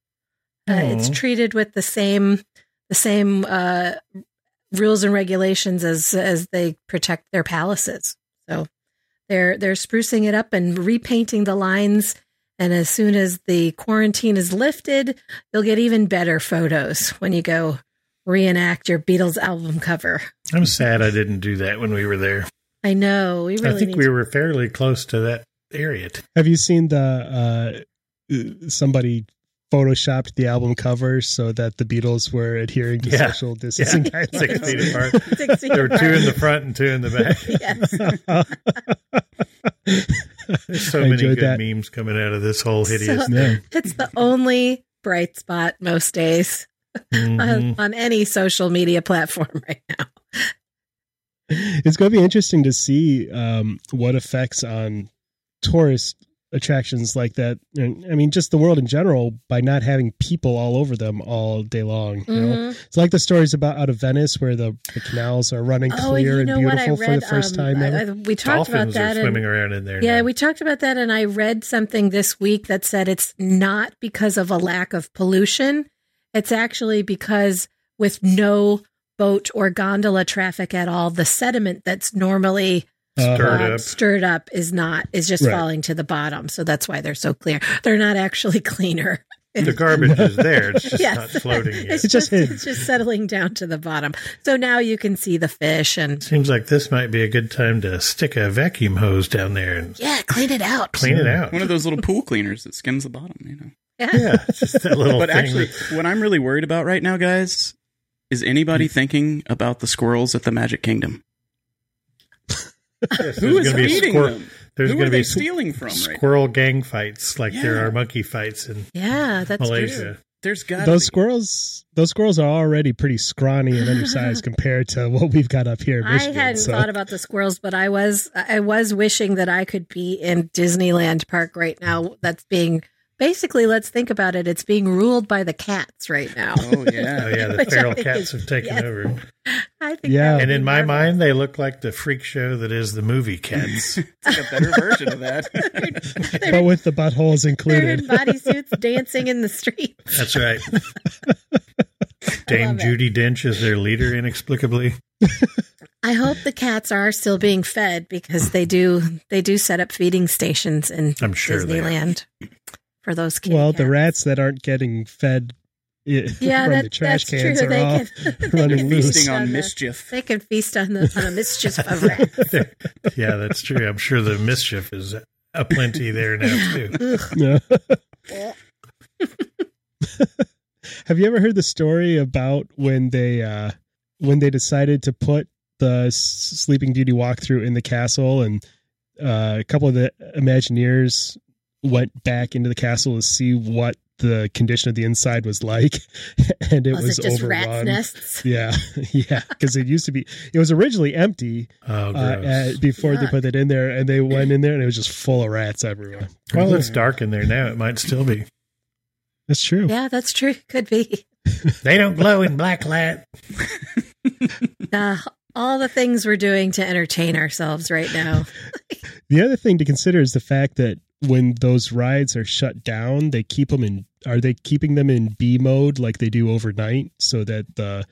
Speaker 3: Uh, it's
Speaker 4: Aw.
Speaker 3: treated with the same the same uh, rules and regulations as as they protect their palaces. So they're they're sprucing it up and repainting the lines. And as soon as the quarantine is lifted, you'll get even better photos when you go reenact your Beatles album cover.
Speaker 4: I'm sad I didn't do that when we were there.
Speaker 3: I know we really
Speaker 4: I think
Speaker 3: need
Speaker 4: we
Speaker 3: to-
Speaker 4: were fairly close to that area.
Speaker 1: Have you seen the uh, somebody photoshopped the album cover so that the Beatles were adhering to
Speaker 4: Yeah.
Speaker 1: social distancing
Speaker 4: Yeah. Six
Speaker 1: guidelines?
Speaker 4: feet apart.
Speaker 3: Six feet
Speaker 4: There were two in the
Speaker 3: apart.
Speaker 4: front and two in the back.
Speaker 3: yes.
Speaker 4: There's so
Speaker 1: I
Speaker 4: many
Speaker 1: enjoyed
Speaker 4: good
Speaker 1: that.
Speaker 4: memes coming out of this whole hideous.
Speaker 3: So- uh, It's the only bright spot most days
Speaker 4: Mhm.
Speaker 3: on, on any social media platform right now.
Speaker 1: It's going to be interesting to see um, what effects on tourist attractions like that. And, I mean, just the world in general by not having people all over them all day long. You know?
Speaker 3: Mhm.
Speaker 1: It's like the stories about out of Venice where the, the canals are running
Speaker 3: Oh,
Speaker 1: clear
Speaker 3: you
Speaker 1: and
Speaker 3: know what? I
Speaker 1: beautiful
Speaker 3: read
Speaker 1: for the first
Speaker 3: um,
Speaker 1: time.
Speaker 3: I-
Speaker 1: ever.
Speaker 3: I- we talked about
Speaker 4: Dolphins
Speaker 3: that.
Speaker 4: are
Speaker 3: and-
Speaker 4: swimming around in there.
Speaker 3: yeah,
Speaker 4: now.
Speaker 3: we talked about that, and I read something this week that said it's not because of a lack of pollution. It's actually because with no boat or gondola traffic at all, the sediment that's normally
Speaker 1: Uh,
Speaker 4: Stirred
Speaker 3: um,
Speaker 4: up.
Speaker 3: stirred up is not is just
Speaker 1: Right.
Speaker 3: falling to the bottom. So that's why they're so clear. They're not actually cleaner.
Speaker 4: the garbage is there. It's just
Speaker 3: Yes.
Speaker 4: not floating yet.
Speaker 3: It's
Speaker 1: It's just
Speaker 3: just
Speaker 1: hidden.
Speaker 3: it's just settling down to the bottom. So now you can see the fish and
Speaker 4: Seems like this might be a good time to stick a vacuum hose down there and
Speaker 3: yeah, clean it out.
Speaker 4: clean it out.
Speaker 6: One of those little pool cleaners that skims the bottom, you know.
Speaker 4: Yeah, it's just that little
Speaker 6: But
Speaker 4: thing.
Speaker 6: actually,
Speaker 4: that- Hmm.
Speaker 6: what I'm really worried about right now, guys, is anybody thinking about the squirrels at the Magic Kingdom?
Speaker 4: yes,
Speaker 6: Who
Speaker 4: there's
Speaker 6: is
Speaker 4: gonna be
Speaker 6: feeding
Speaker 4: squir-
Speaker 6: them?
Speaker 4: There's
Speaker 6: Who
Speaker 4: gonna
Speaker 6: are they
Speaker 4: be squ-
Speaker 6: stealing from? Right? now?
Speaker 4: squirrel gang fights like there
Speaker 6: Yeah.
Speaker 4: are monkey fights in
Speaker 3: Yeah, that's
Speaker 4: Malaysia.
Speaker 6: There's got
Speaker 1: those squirrels, those squirrels are already pretty scrawny and undersized compared to what we've got up here. In
Speaker 3: I
Speaker 1: Michigan,
Speaker 3: hadn't
Speaker 1: so.
Speaker 3: thought about the squirrels, but I was I was wishing that I could be in Disneyland Park right now. That's being basically, let's think about it. It's being ruled by the cats right now.
Speaker 6: Oh yeah.
Speaker 4: Oh yeah, the
Speaker 3: Which I
Speaker 4: feral
Speaker 3: think
Speaker 4: cats
Speaker 3: is-
Speaker 4: have taken
Speaker 3: yes.
Speaker 4: over.
Speaker 3: I think.
Speaker 1: Yeah.
Speaker 3: that
Speaker 6: Oh,
Speaker 3: would
Speaker 4: And
Speaker 3: be
Speaker 4: in my
Speaker 3: marvelous.
Speaker 4: mind, they look like the freak show that is the movie Cats.
Speaker 6: It's like a better version of that.
Speaker 1: but with the buttholes
Speaker 3: they're in
Speaker 1: included.
Speaker 3: bodysuits dancing in the street.
Speaker 4: That's right. Dame
Speaker 3: love it.
Speaker 4: Judy Dench is their leader inexplicably.
Speaker 3: I hope the cats are still being fed because they do they do set up feeding stations in
Speaker 4: I'm sure they are.
Speaker 3: Disneyland for those kids.
Speaker 1: Well, the rats that aren't getting fed i-
Speaker 3: yeah,
Speaker 1: from
Speaker 3: that,
Speaker 1: the trash
Speaker 3: that's
Speaker 1: cans
Speaker 3: true.
Speaker 1: are
Speaker 3: they
Speaker 1: all
Speaker 3: can,
Speaker 1: running loose.
Speaker 6: Feasting on
Speaker 3: the-
Speaker 6: mischief.
Speaker 3: They can feast on the on the mischief of rats.
Speaker 4: yeah, that's true. I'm sure the mischief is aplenty there now too.
Speaker 3: Ugh.
Speaker 1: No. Have you ever heard the story about when they uh, when they decided to put the S- Sleeping Beauty walkthrough in the castle, and uh, a couple of the Imagineers went back into the castle to see what the condition of the inside was like, and it
Speaker 3: Was,
Speaker 1: was
Speaker 3: it just rats
Speaker 1: overrun.
Speaker 3: nests?
Speaker 1: Yeah, yeah, because it used to be it was originally empty
Speaker 4: Oh,
Speaker 1: uh,
Speaker 4: gross.
Speaker 1: uh, before they
Speaker 3: Yuck.
Speaker 1: put it in there, and they went in there and it was just full of rats everywhere.
Speaker 4: well, it's dark in there now. It might still be.
Speaker 1: That's true.
Speaker 3: Yeah, that's true. Could be.
Speaker 4: They don't glow in black light.
Speaker 3: Uh, all the things we're doing to entertain ourselves right now.
Speaker 1: The other thing to consider is the fact that when those rides are shut down, they keep them in. Are they keeping them in B mode like they do overnight, so that the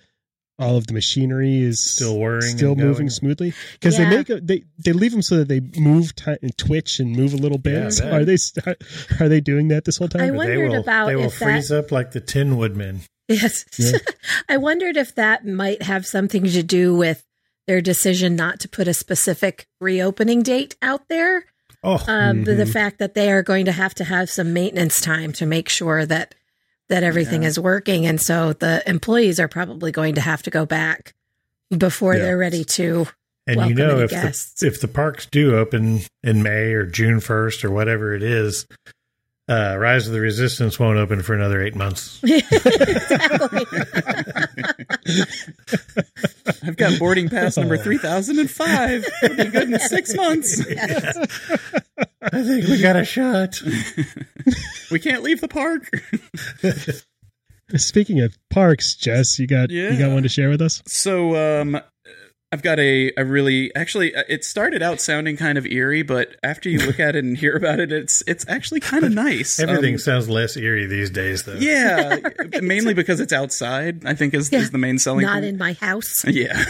Speaker 1: all of the machinery is
Speaker 4: Still whirring
Speaker 1: still
Speaker 4: and
Speaker 1: moving
Speaker 4: going.
Speaker 1: smoothly? Because
Speaker 3: Yeah.
Speaker 1: they make a, they they leave them so that they move ti and twitch and move a little bit.
Speaker 4: Yeah, I bet.
Speaker 1: are they st- are they doing that this whole
Speaker 3: I
Speaker 1: time?
Speaker 3: wonder-
Speaker 4: But
Speaker 3: wondered about
Speaker 4: they will
Speaker 3: if that-
Speaker 4: freeze up like the Tin Woodman.
Speaker 3: Yes.
Speaker 1: Yeah.
Speaker 3: I wondered if that might have something to do with their decision not to put a specific reopening date out there.
Speaker 4: Oh,
Speaker 3: Um, the, the
Speaker 1: Mhm.
Speaker 3: fact that they are going to have to have some maintenance time to make sure that that everything is working, and so the employees are probably going to have to go back before
Speaker 4: Yeah.
Speaker 3: they're ready to.
Speaker 4: and you
Speaker 3: welcome
Speaker 4: know
Speaker 3: any
Speaker 4: if
Speaker 3: guests.
Speaker 4: the, if the parks do open in May or June first or whatever it is, uh, Rise of the Resistance won't open for another eight months.
Speaker 3: exactly.
Speaker 6: I've got boarding pass number 3005. It'll be good in six months.
Speaker 4: I think we got a shot.
Speaker 6: We can't leave the park.
Speaker 1: Speaking of parks, Jess, you got you got
Speaker 6: Yeah.
Speaker 1: one to share with us?
Speaker 6: So, um, I've got a, a really actually uh, it started out sounding kind of eerie, but after you look at it and hear about it, it's it's actually kind of nice. Um,
Speaker 4: Everything sounds less eerie these days, though.
Speaker 6: yeah, mainly because it's outside. I think is,
Speaker 3: Yeah.
Speaker 6: is the main selling.
Speaker 3: Not
Speaker 6: point.
Speaker 3: in my house.
Speaker 6: Yeah.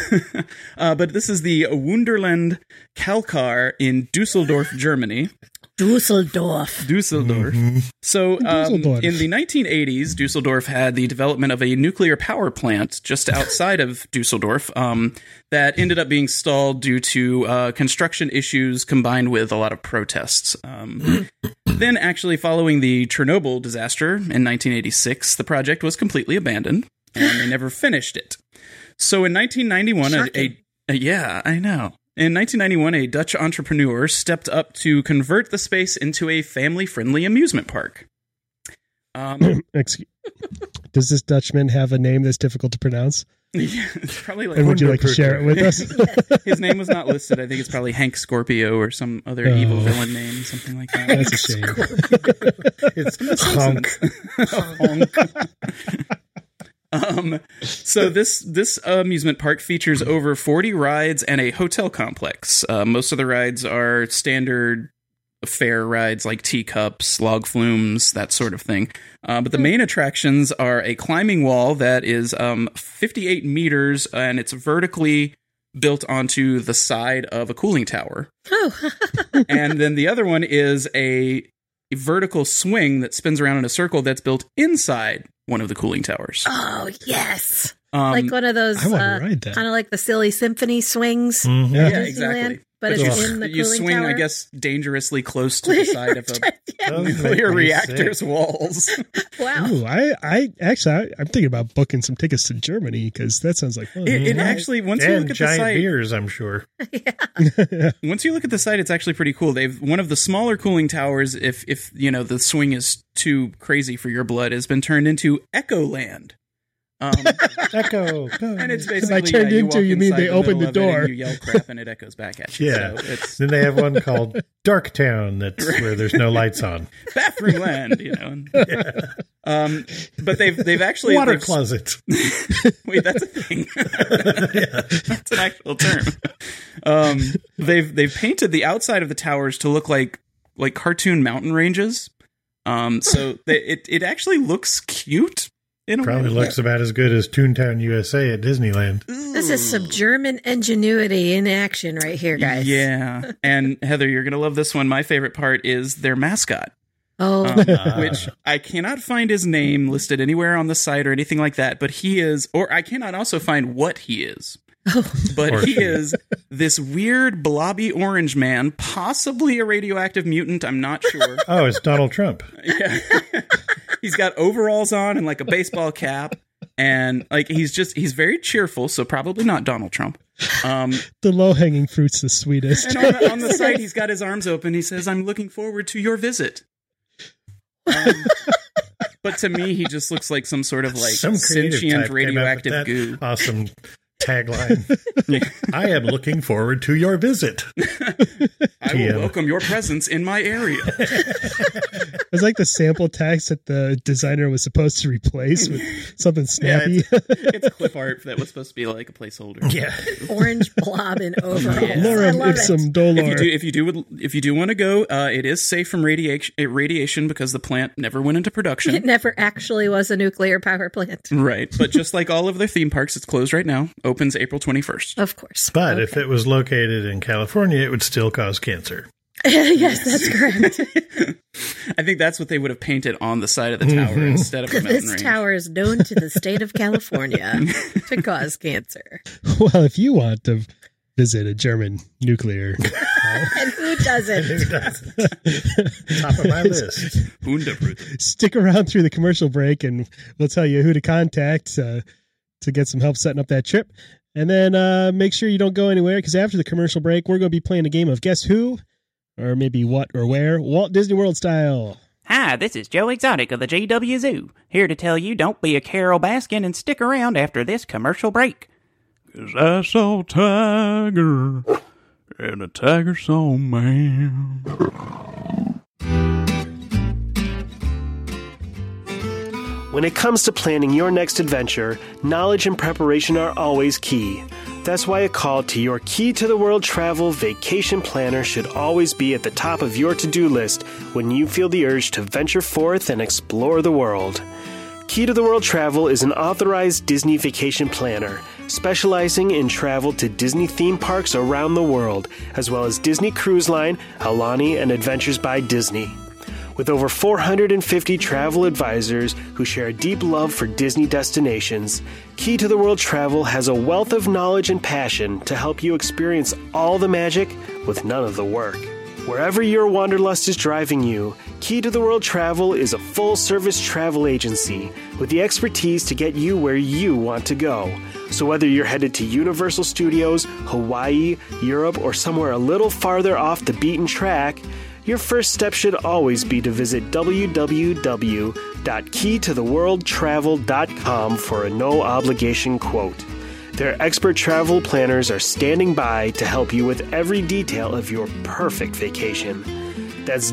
Speaker 6: uh, but this is the Wunderland Kalkar in Dusseldorf, Germany.
Speaker 3: Dusseldorf.
Speaker 6: Dusseldorf. So, um,
Speaker 1: Dusseldorf.
Speaker 6: in the 1980s, Dusseldorf had the development of a nuclear power plant just outside of Dusseldorf um, that ended up being stalled due to uh, construction issues combined with a lot of protests. Um, then, actually, following the Chernobyl disaster in 1986, the project was completely abandoned and they never finished it. So, in 1991, a-
Speaker 3: Shocking.
Speaker 6: a, yeah, I know. In 1991, a Dutch entrepreneur stepped up to convert the space into a family friendly amusement park. Um,
Speaker 1: Excuse- Does this Dutchman have a name that's difficult to pronounce?
Speaker 6: yeah, it's probably
Speaker 1: And would
Speaker 6: like
Speaker 1: you like to share it with us?
Speaker 6: his name was not listed. I think it's probably Hank Scorpio or some other
Speaker 1: Oh.
Speaker 6: evil villain name, something like that.
Speaker 1: That's a shame.
Speaker 4: it's honk.
Speaker 6: Honk. um, so this this amusement park features over 40 rides and a hotel complex. Uh, most of the rides are standard fair rides like teacups, log flumes, that sort of thing. Uh, but the main attractions are a climbing wall that is um, 58 meters and it's vertically built onto the side of a cooling tower
Speaker 3: Oh,
Speaker 6: and then the other one is a vertical swing that spins around in a circle that's built inside one of the cooling towers.
Speaker 3: oh yes.
Speaker 6: Um,
Speaker 3: Oh, like one of those,
Speaker 1: I wanna
Speaker 3: uh,
Speaker 1: ride that.
Speaker 3: kind of like the silly symphony swings.
Speaker 4: Mhm.
Speaker 1: Yeah.
Speaker 3: at
Speaker 6: yeah,
Speaker 3: Disneyland,
Speaker 6: exactly.
Speaker 3: but
Speaker 6: But
Speaker 3: it's
Speaker 6: you,
Speaker 3: in the
Speaker 6: you
Speaker 3: cooling
Speaker 6: swing, I
Speaker 3: tower.
Speaker 6: guess, dangerously close to the side of a Oh.
Speaker 4: Those make
Speaker 6: nuclear
Speaker 4: me
Speaker 6: reactor's
Speaker 4: sick.
Speaker 6: walls.
Speaker 3: wow.
Speaker 1: Ooh, I, I actually, I, I'm thinking about booking some tickets to Germany because that sounds like fun.
Speaker 6: It, it actually, once you
Speaker 4: and
Speaker 6: look at the
Speaker 4: giant
Speaker 6: site,
Speaker 4: beers, I'm sure.
Speaker 6: once you look at the site, it's actually pretty cool. They've one of the smaller cooling towers. If if you know the swing is too crazy for your blood, has been turned into Echo Land. Um,
Speaker 4: Echo.
Speaker 6: and it's
Speaker 4: Boom.
Speaker 6: basically
Speaker 1: I turned
Speaker 6: yeah, you
Speaker 1: into,
Speaker 6: walk
Speaker 1: you mean
Speaker 6: inside
Speaker 1: they
Speaker 6: the
Speaker 1: opened
Speaker 6: middle
Speaker 1: the
Speaker 6: of it and
Speaker 1: door.
Speaker 6: you yell crap, and it echoes back at you.
Speaker 4: Yeah.
Speaker 6: so it's
Speaker 4: then they have one called Darktown. That's where there's no lights on.
Speaker 6: bathroom land, you know. and- Um, but they've they've actually
Speaker 4: Water
Speaker 6: they've-
Speaker 4: closets.
Speaker 6: Wait, that's a thing. that's an actual term. Um, they've they've painted the outside of the towers to look like like cartoon mountain ranges. Um, so they, it it actually looks cute in a
Speaker 4: Probably
Speaker 6: way.
Speaker 4: looks about as good as Toontown USA at Disneyland.
Speaker 3: This is some German ingenuity in action right here, guys.
Speaker 6: Yeah, and Heather, you're gonna love this one. My favorite part is their mascot.
Speaker 3: Oh,
Speaker 6: um, which I cannot find his name listed anywhere on the site or anything like that. But he is, or I cannot also find what he is.
Speaker 4: Or
Speaker 6: But he
Speaker 4: she.
Speaker 6: is this weird blobby orange man, possibly a radioactive mutant. I'm not sure.
Speaker 4: Oh, it's Donald Trump.
Speaker 6: Yeah. he's got overalls on and like a baseball cap, and like he's just he's very cheerful. So probably not Donald Trump. Um,
Speaker 1: The low hanging fruit's the sweetest.
Speaker 6: and on the, on the site, he's got his arms open. He says, "I'm looking forward to your visit." Um, but to me, he just looks like some sort of like
Speaker 4: Some
Speaker 6: sentient
Speaker 4: creative type came up with
Speaker 6: radioactive
Speaker 4: that
Speaker 6: goo.
Speaker 4: Awesome tagline. I am looking forward to your visit.
Speaker 6: I will
Speaker 4: TM.
Speaker 6: welcome your presence in my area.
Speaker 1: It's like the sample text that the designer was supposed to replace with something snappy.
Speaker 6: it's clip art that was supposed to be like a placeholder.
Speaker 4: Yeah.
Speaker 3: orange blob in overalls. I
Speaker 1: Lorem
Speaker 3: love it.
Speaker 1: ipsum
Speaker 6: If you
Speaker 1: dolor.
Speaker 6: do, if you do, would- if you do want to go, uh, it is safe from radiation. eh, Radiation because the plant never went into
Speaker 3: It
Speaker 6: production.
Speaker 3: never actually was a nuclear power plant.
Speaker 6: Right, but just like all of their theme parks, it's closed right now. Opens April twenty first.
Speaker 3: Of course. Oh.
Speaker 4: But if it was located in California, it would still cause cancer.
Speaker 3: yes, that's correct.
Speaker 6: I think that's what they would have painted on the side of the tower instead of a mountain
Speaker 3: this
Speaker 6: range.
Speaker 3: tower is known to the state of California to cause cancer.
Speaker 1: Well, if you want to visit a German nuclear,
Speaker 3: And who doesn't?
Speaker 4: Top of my list.
Speaker 6: Hundebrüder.
Speaker 1: stick around through the commercial break and we'll tell you who to contact uh, to get some help setting up that trip. And then uh, make sure you don't go anywhere because after the commercial break, we're going to be playing a game of Guess Who or maybe What or Where, Walt Disney World style.
Speaker 5: Hi, this is Joe Exotic of the GW Zoo, here to tell you don't be a Carol Baskin and stick around after this commercial break.
Speaker 2: Cause I saw a tiger, and a tiger saw man.
Speaker 7: When it comes to planning your next adventure, knowledge and preparation are always key. That's why a call to your Key to the World Travel Vacation Planner should always be at the top of your to do list when you feel the urge to venture forth and explore the world. Key to the World Travel is an authorized Disney vacation planner specializing in travel to Disney theme parks around the world, as well as Disney Cruise Line, Alani, and Adventures by Disney. With over 450 travel advisors who share a deep love for Disney destinations, Key to the World Travel has a wealth of knowledge and passion to help you experience all the magic with none of the work. Wherever your wanderlust is driving you, Key to the World Travel is a full service travel agency with the expertise to get you where you want to go. So, whether you're headed to Universal Studios, Hawaii, Europe, or somewhere a little farther off the beaten track, your first step should always be to visit www.keytotheworldtravel.com for a no obligation quote. Their expert travel planners are standing by to help you with every detail of your perfect vacation. That's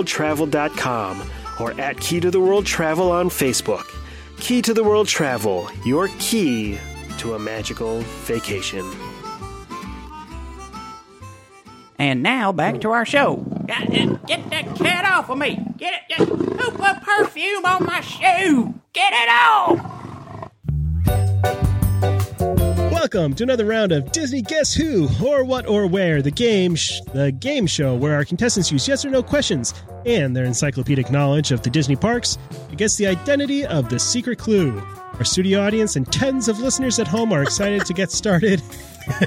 Speaker 7: www.keytotheworldtravel.com or at Key to the World Travel on Facebook. Key to the World Travel, your key to a magical vacation.
Speaker 5: And now back to our show. Get that cat off of me! Get it! Just poop a perfume on my shoe! Get it off!
Speaker 1: Welcome to another round of Disney Guess Who or What or Where, the game, sh- the game show where our contestants use yes or no questions and their encyclopedic knowledge of the Disney parks to guess the identity of the secret clue. Our studio audience and tens of listeners at home are excited to get started.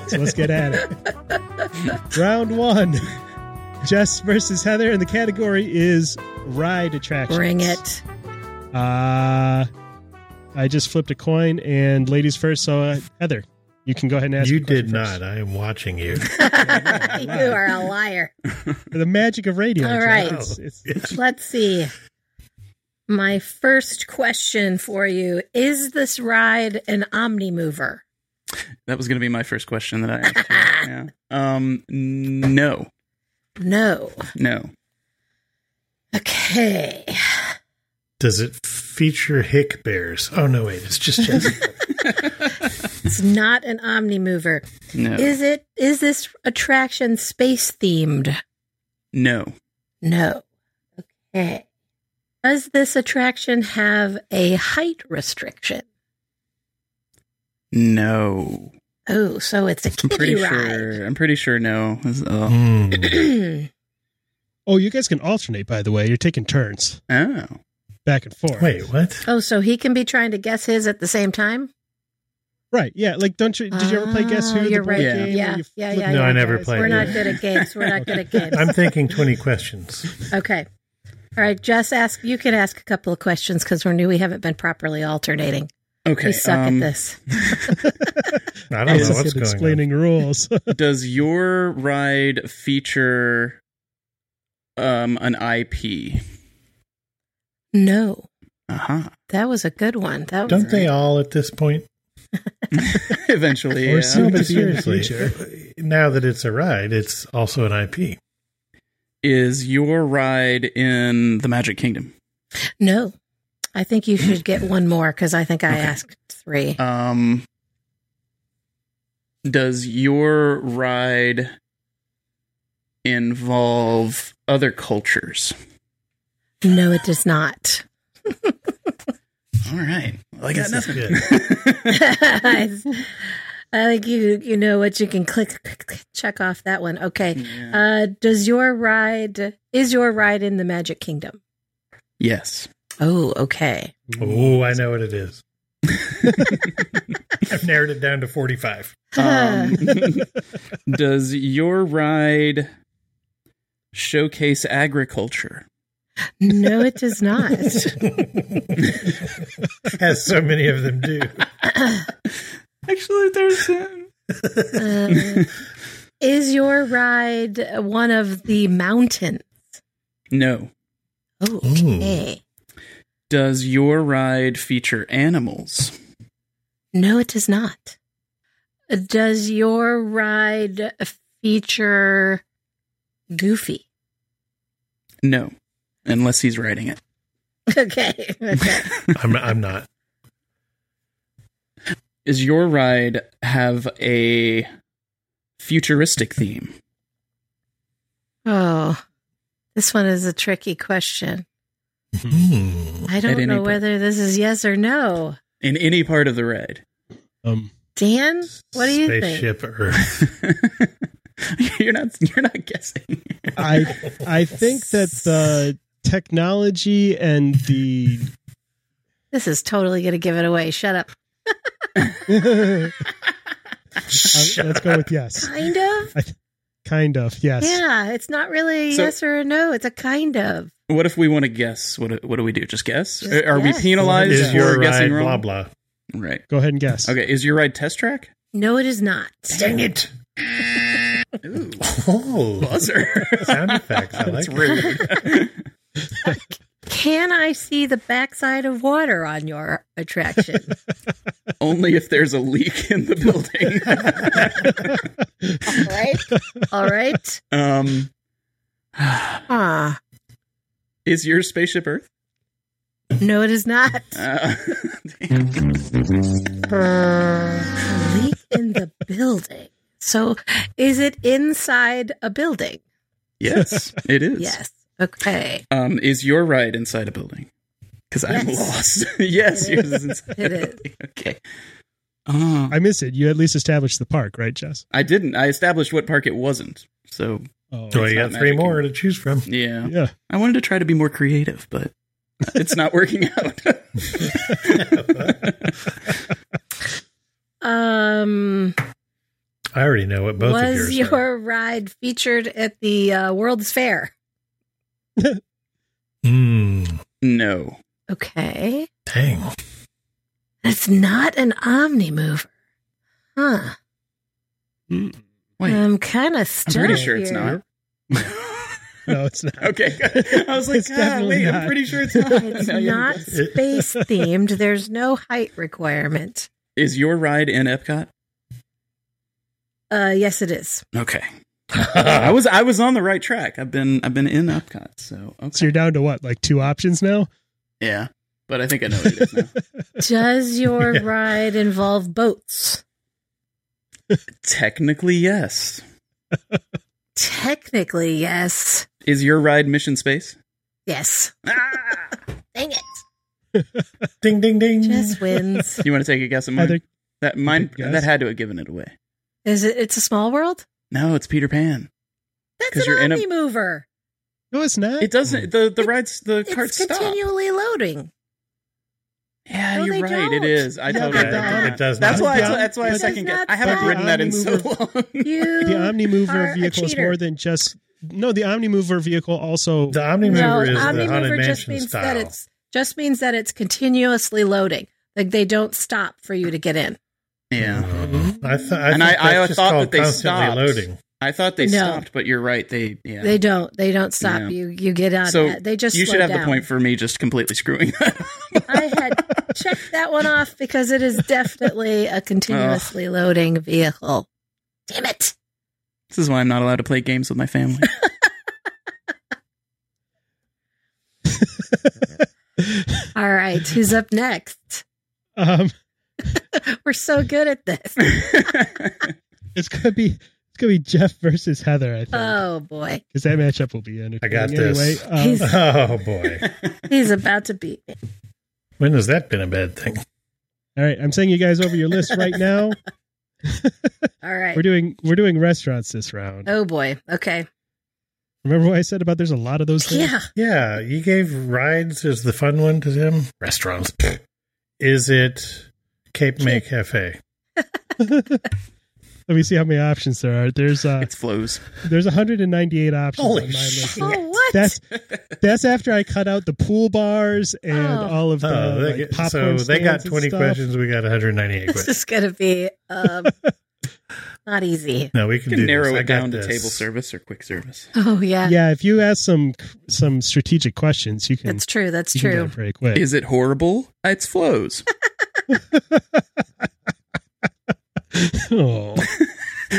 Speaker 1: So let's get at it. round one: Jess versus Heather, and the category is ride attractions.
Speaker 3: Bring it.
Speaker 1: Uh, I just flipped a coin, and ladies first. So uh, Heather, you can go ahead and ask.
Speaker 4: You
Speaker 1: your question
Speaker 4: did
Speaker 1: first.
Speaker 4: not. I am watching you.
Speaker 3: You are a liar.
Speaker 1: For the magic of radio.
Speaker 3: All
Speaker 1: Jack.
Speaker 3: right.
Speaker 1: It's- it's-
Speaker 3: Let's see. My first question for you is this ride an omni mover?
Speaker 6: That was going to be my first question that I asked. you. yeah. Um. No.
Speaker 3: No.
Speaker 6: No.
Speaker 3: Okay.
Speaker 4: Does it feature hick bears? Oh no, wait, it's just Jessica.
Speaker 3: It's not an omni mover.
Speaker 6: No.
Speaker 3: Is it is this attraction space themed?
Speaker 6: no.
Speaker 3: No. Okay. Does this attraction have a height restriction?
Speaker 6: No.
Speaker 3: Oh, so it's a
Speaker 6: I'm
Speaker 3: kiddie
Speaker 6: pretty
Speaker 3: ride.
Speaker 6: sure. I'm pretty sure. No. This- Oh.
Speaker 4: Hmm.
Speaker 1: Oh, you guys can alternate, by the way. You're taking turns
Speaker 6: oh.
Speaker 1: back and forth.
Speaker 4: Wait, what?
Speaker 3: oh, so he can be trying to guess his at the same time?
Speaker 1: Right. Yeah. Like, don't you? Did you ever play Guess Who?
Speaker 3: Ah, you're
Speaker 1: the board
Speaker 3: right.
Speaker 1: game where
Speaker 3: Yeah.
Speaker 1: you
Speaker 3: Yeah,
Speaker 1: flip
Speaker 3: yeah,
Speaker 1: the
Speaker 3: yeah.
Speaker 4: No, I never
Speaker 1: guys?
Speaker 4: played
Speaker 3: We're
Speaker 4: it.
Speaker 3: not good at games. We're not good at games.
Speaker 4: I'm thinking twenty questions.
Speaker 3: Okay. All right, Jess, ask. You can ask a couple of questions because we're new. We haven't been properly alternating.
Speaker 6: Okay.
Speaker 3: we suck
Speaker 6: um,
Speaker 3: at this.
Speaker 4: I don't
Speaker 1: This
Speaker 4: know
Speaker 1: is
Speaker 4: what's
Speaker 1: it
Speaker 4: going
Speaker 1: explaining rules.
Speaker 6: Does your ride feature um an IP?
Speaker 3: No,
Speaker 6: Uh huh.
Speaker 3: that was a good one. That
Speaker 4: on.
Speaker 3: was
Speaker 4: Don't they all at this point?
Speaker 6: Eventually.
Speaker 1: Or
Speaker 6: yeah.
Speaker 1: soon.
Speaker 4: No, but
Speaker 1: Just in the
Speaker 4: seriously, now that it's a ride, it's also an IP.
Speaker 6: Is your ride in the Magic Kingdom?
Speaker 3: No, I think you should get one more because I think I
Speaker 6: Okay.
Speaker 3: asked
Speaker 1: Uh,
Speaker 3: three.
Speaker 6: Um, does your ride involve other cultures?
Speaker 3: No, it does not.
Speaker 6: All right, Well, I got
Speaker 4: This is
Speaker 6: nothing.
Speaker 3: I think you you know what you can click, click, click, check off that one. Okay.
Speaker 6: Yeah.
Speaker 3: Uh, does your ride is your ride in the Magic Kingdom?
Speaker 6: yes.
Speaker 3: Oh, okay.
Speaker 4: Oh, I know what it is. I've narrowed it down to forty-five.
Speaker 6: Um, does your ride showcase agriculture?
Speaker 3: no, it does not.
Speaker 4: As so many of them do.
Speaker 6: Actually, there's.
Speaker 3: Uh, is your ride one of the mountains?
Speaker 6: no.
Speaker 3: Oh, okay.
Speaker 6: Does your ride feature animals?
Speaker 3: No, it does not. Does your ride feature Goofy?
Speaker 6: No, unless he's riding it.
Speaker 3: Okay. okay.
Speaker 4: I'm, I'm not.
Speaker 6: Is your ride have a futuristic theme?
Speaker 3: oh, this one is a tricky question.
Speaker 4: Hmm.
Speaker 3: I don't
Speaker 6: any
Speaker 3: know
Speaker 6: point.
Speaker 3: whether this is yes or no.
Speaker 6: in any part of the ride.
Speaker 1: um,
Speaker 3: Dan, what do you think?
Speaker 4: Spaceship Earth.
Speaker 6: you're not you're not guessing.
Speaker 1: I I think that the technology and the
Speaker 3: This is totally going to give it away. Shut up.
Speaker 1: Uh, let's go with yes.
Speaker 3: Kind of?
Speaker 1: Kind of yes.
Speaker 3: Yeah, it's not really
Speaker 6: So-
Speaker 3: yes or a no. It's a kind of.
Speaker 6: What if we want to guess? What do- what do we do? Just guess?
Speaker 3: Just
Speaker 6: are are
Speaker 3: guess.
Speaker 6: we penalized
Speaker 4: Is
Speaker 6: for
Speaker 4: your
Speaker 6: guessing
Speaker 4: ride
Speaker 6: wrong?
Speaker 4: blah blah?
Speaker 6: Right.
Speaker 1: Go ahead and guess.
Speaker 6: Okay. Is your ride test track?
Speaker 3: No, it is not.
Speaker 4: Dang it!
Speaker 6: Ooh,
Speaker 4: Oh,
Speaker 6: buzzer.
Speaker 4: sound effects. I like
Speaker 6: That's
Speaker 4: it.
Speaker 6: rude.
Speaker 3: Can I see the backside of water on your attraction?
Speaker 6: Only if there's a leak in the building.
Speaker 3: All right. All right.
Speaker 6: um,
Speaker 3: Ah,
Speaker 6: is your spaceship Earth?
Speaker 3: no, it is not.
Speaker 6: Uh, damn.
Speaker 3: A leak in the building. So, is it inside a building?
Speaker 6: yes, it is.
Speaker 3: Yes. Okay.
Speaker 6: Um, is your ride inside a building? Because I'm
Speaker 3: Yes.
Speaker 6: lost. yes,
Speaker 3: It
Speaker 6: yours is inside
Speaker 3: It
Speaker 6: a
Speaker 3: is.
Speaker 6: building. Okay. Oh,
Speaker 1: I miss it. You at least established the park, right, Jess?
Speaker 6: I didn't. I established what park it wasn't. So
Speaker 1: Oh,
Speaker 4: Well, you
Speaker 6: not
Speaker 4: got three
Speaker 6: Magic
Speaker 4: more
Speaker 6: Kingdom.
Speaker 4: to choose from.
Speaker 6: yeah,
Speaker 1: yeah.
Speaker 6: I wanted to try to be more creative, but it's not working out.
Speaker 3: Um,
Speaker 4: I already know what both of
Speaker 3: was
Speaker 4: yours are.
Speaker 3: your ride featured at the uh, World's Fair?
Speaker 4: Hmm.
Speaker 6: no,
Speaker 3: Okay.
Speaker 4: Dang.
Speaker 3: That's not an omni mover. Huh.
Speaker 6: wait,
Speaker 3: I'm kind of
Speaker 6: I'm
Speaker 3: stuck.
Speaker 6: pretty sure
Speaker 3: here.
Speaker 6: it's not.
Speaker 1: No, it's not.
Speaker 6: Okay. I was like,
Speaker 1: It's definitely
Speaker 6: "Golly,
Speaker 1: not."
Speaker 6: I'm pretty sure it's not.
Speaker 3: It's
Speaker 6: No, you're-
Speaker 3: not space themed. There's no height requirement.
Speaker 6: Is your ride in Epcot?
Speaker 3: Uh, yes, it is.
Speaker 6: Okay. I was I was on the right track. I've been I've been in Epcot, so okay.
Speaker 1: So you're down to what, like two options now?
Speaker 6: yeah. But I think I know what it is now.
Speaker 3: Does your
Speaker 4: Yeah.
Speaker 3: ride involve boats?
Speaker 6: Technically, yes.
Speaker 3: Technically, yes.
Speaker 6: Is your ride Mission Space?
Speaker 3: Yes. Dang it.
Speaker 4: Ding, ding, ding.
Speaker 3: Jess wins.
Speaker 6: You want to take a guess at mine?
Speaker 1: Either
Speaker 6: that mine
Speaker 1: guess.
Speaker 6: that had to have given it away.
Speaker 3: Is it? It's a small world.
Speaker 6: No, it's Peter Pan.
Speaker 3: That's
Speaker 6: 'Cause
Speaker 3: an
Speaker 6: you're in a-
Speaker 3: omni mover.
Speaker 1: no, it's not.
Speaker 6: It doesn't. The the rides the cart
Speaker 3: It's
Speaker 6: stop.
Speaker 3: continually loading.
Speaker 6: Yeah,
Speaker 3: No,
Speaker 6: you're
Speaker 3: they
Speaker 6: right. It
Speaker 3: don't.
Speaker 6: is. I
Speaker 1: No,
Speaker 6: totally.
Speaker 1: they
Speaker 6: forgot.
Speaker 1: don't.
Speaker 4: It does
Speaker 6: That's
Speaker 4: not.
Speaker 6: why.
Speaker 1: Yeah.
Speaker 6: That's why I
Speaker 1: It
Speaker 6: second
Speaker 3: does
Speaker 6: guess.
Speaker 3: not
Speaker 6: I haven't
Speaker 1: count.
Speaker 6: written that in so long.
Speaker 3: You
Speaker 1: the
Speaker 3: are
Speaker 1: OmniMover
Speaker 3: a
Speaker 1: vehicle is
Speaker 3: cheater.
Speaker 1: more than just no. The OmniMover vehicle also
Speaker 4: The Omni
Speaker 3: No,
Speaker 4: Mover is the Haunted
Speaker 3: Omnimover just
Speaker 4: Mansion
Speaker 3: means
Speaker 4: style.
Speaker 3: that it's just means that it's continuously loading. Like they don't stop for you to get in.
Speaker 6: Yeah,
Speaker 4: I, th- I
Speaker 6: And
Speaker 4: think
Speaker 6: I- I
Speaker 4: that's just
Speaker 6: thought
Speaker 4: called
Speaker 6: that they
Speaker 4: constantly
Speaker 6: stopped.
Speaker 4: loading.
Speaker 6: I thought they
Speaker 3: No.
Speaker 6: stopped, but you're right. They yeah.
Speaker 3: They don't. They don't stop.
Speaker 6: Yeah.
Speaker 3: You you get on.
Speaker 6: so
Speaker 3: that. They just
Speaker 6: you
Speaker 3: slow
Speaker 6: should have the
Speaker 3: down.
Speaker 6: point for me just completely screwing that.
Speaker 3: I had checked that one off because it is definitely
Speaker 6: Oh.
Speaker 3: a continuously loading vehicle. Damn it.
Speaker 6: this is why I'm not allowed to play games with my family.
Speaker 3: All right, who's up next?
Speaker 1: um,
Speaker 3: We're so good at this.
Speaker 1: it's gonna be it's gonna be Jeff versus Heather. I think because
Speaker 3: Oh boy,
Speaker 1: that matchup will be entertaining.
Speaker 4: I got
Speaker 1: anyway.
Speaker 4: this.
Speaker 6: Uh.
Speaker 1: Um,
Speaker 3: he's
Speaker 4: Oh boy,
Speaker 3: he's about to beat me.
Speaker 4: when has that been a bad thing?
Speaker 1: all right, I'm sending you guys over your list right now.
Speaker 3: All right.
Speaker 1: We're doing we're doing restaurants this round.
Speaker 3: Oh boy. Okay.
Speaker 1: Remember what I said about there's a lot of those things.
Speaker 3: Yeah.
Speaker 4: Yeah, you gave rides as the fun one to him. Restaurants. Is it Cape May Cafe?
Speaker 1: Let me see how many options there are. There's uh,
Speaker 6: it's flows.
Speaker 1: there's 198 options
Speaker 4: Holy
Speaker 1: on my list.
Speaker 4: shit.
Speaker 3: Oh what?
Speaker 1: That's that's after I cut out the pool bars and
Speaker 3: Oh.
Speaker 1: all of the
Speaker 4: Oh,
Speaker 1: like,
Speaker 4: they get, so
Speaker 1: popcorn
Speaker 4: they got
Speaker 1: stands and
Speaker 4: 20
Speaker 1: stuff.
Speaker 4: questions. We got 198
Speaker 3: this
Speaker 4: questions.
Speaker 3: is gonna be um, not easy.
Speaker 4: No, we can,
Speaker 6: You can
Speaker 4: do
Speaker 6: narrow
Speaker 4: this. I
Speaker 6: it
Speaker 4: got
Speaker 6: down to
Speaker 4: this.
Speaker 6: table service or quick service.
Speaker 3: Oh yeah.
Speaker 1: Yeah, if you ask some some strategic questions, you can.
Speaker 3: That's true. That's
Speaker 1: you can get
Speaker 3: true.
Speaker 1: it pretty quick.
Speaker 6: Is it horrible? It's flows.
Speaker 1: Oh.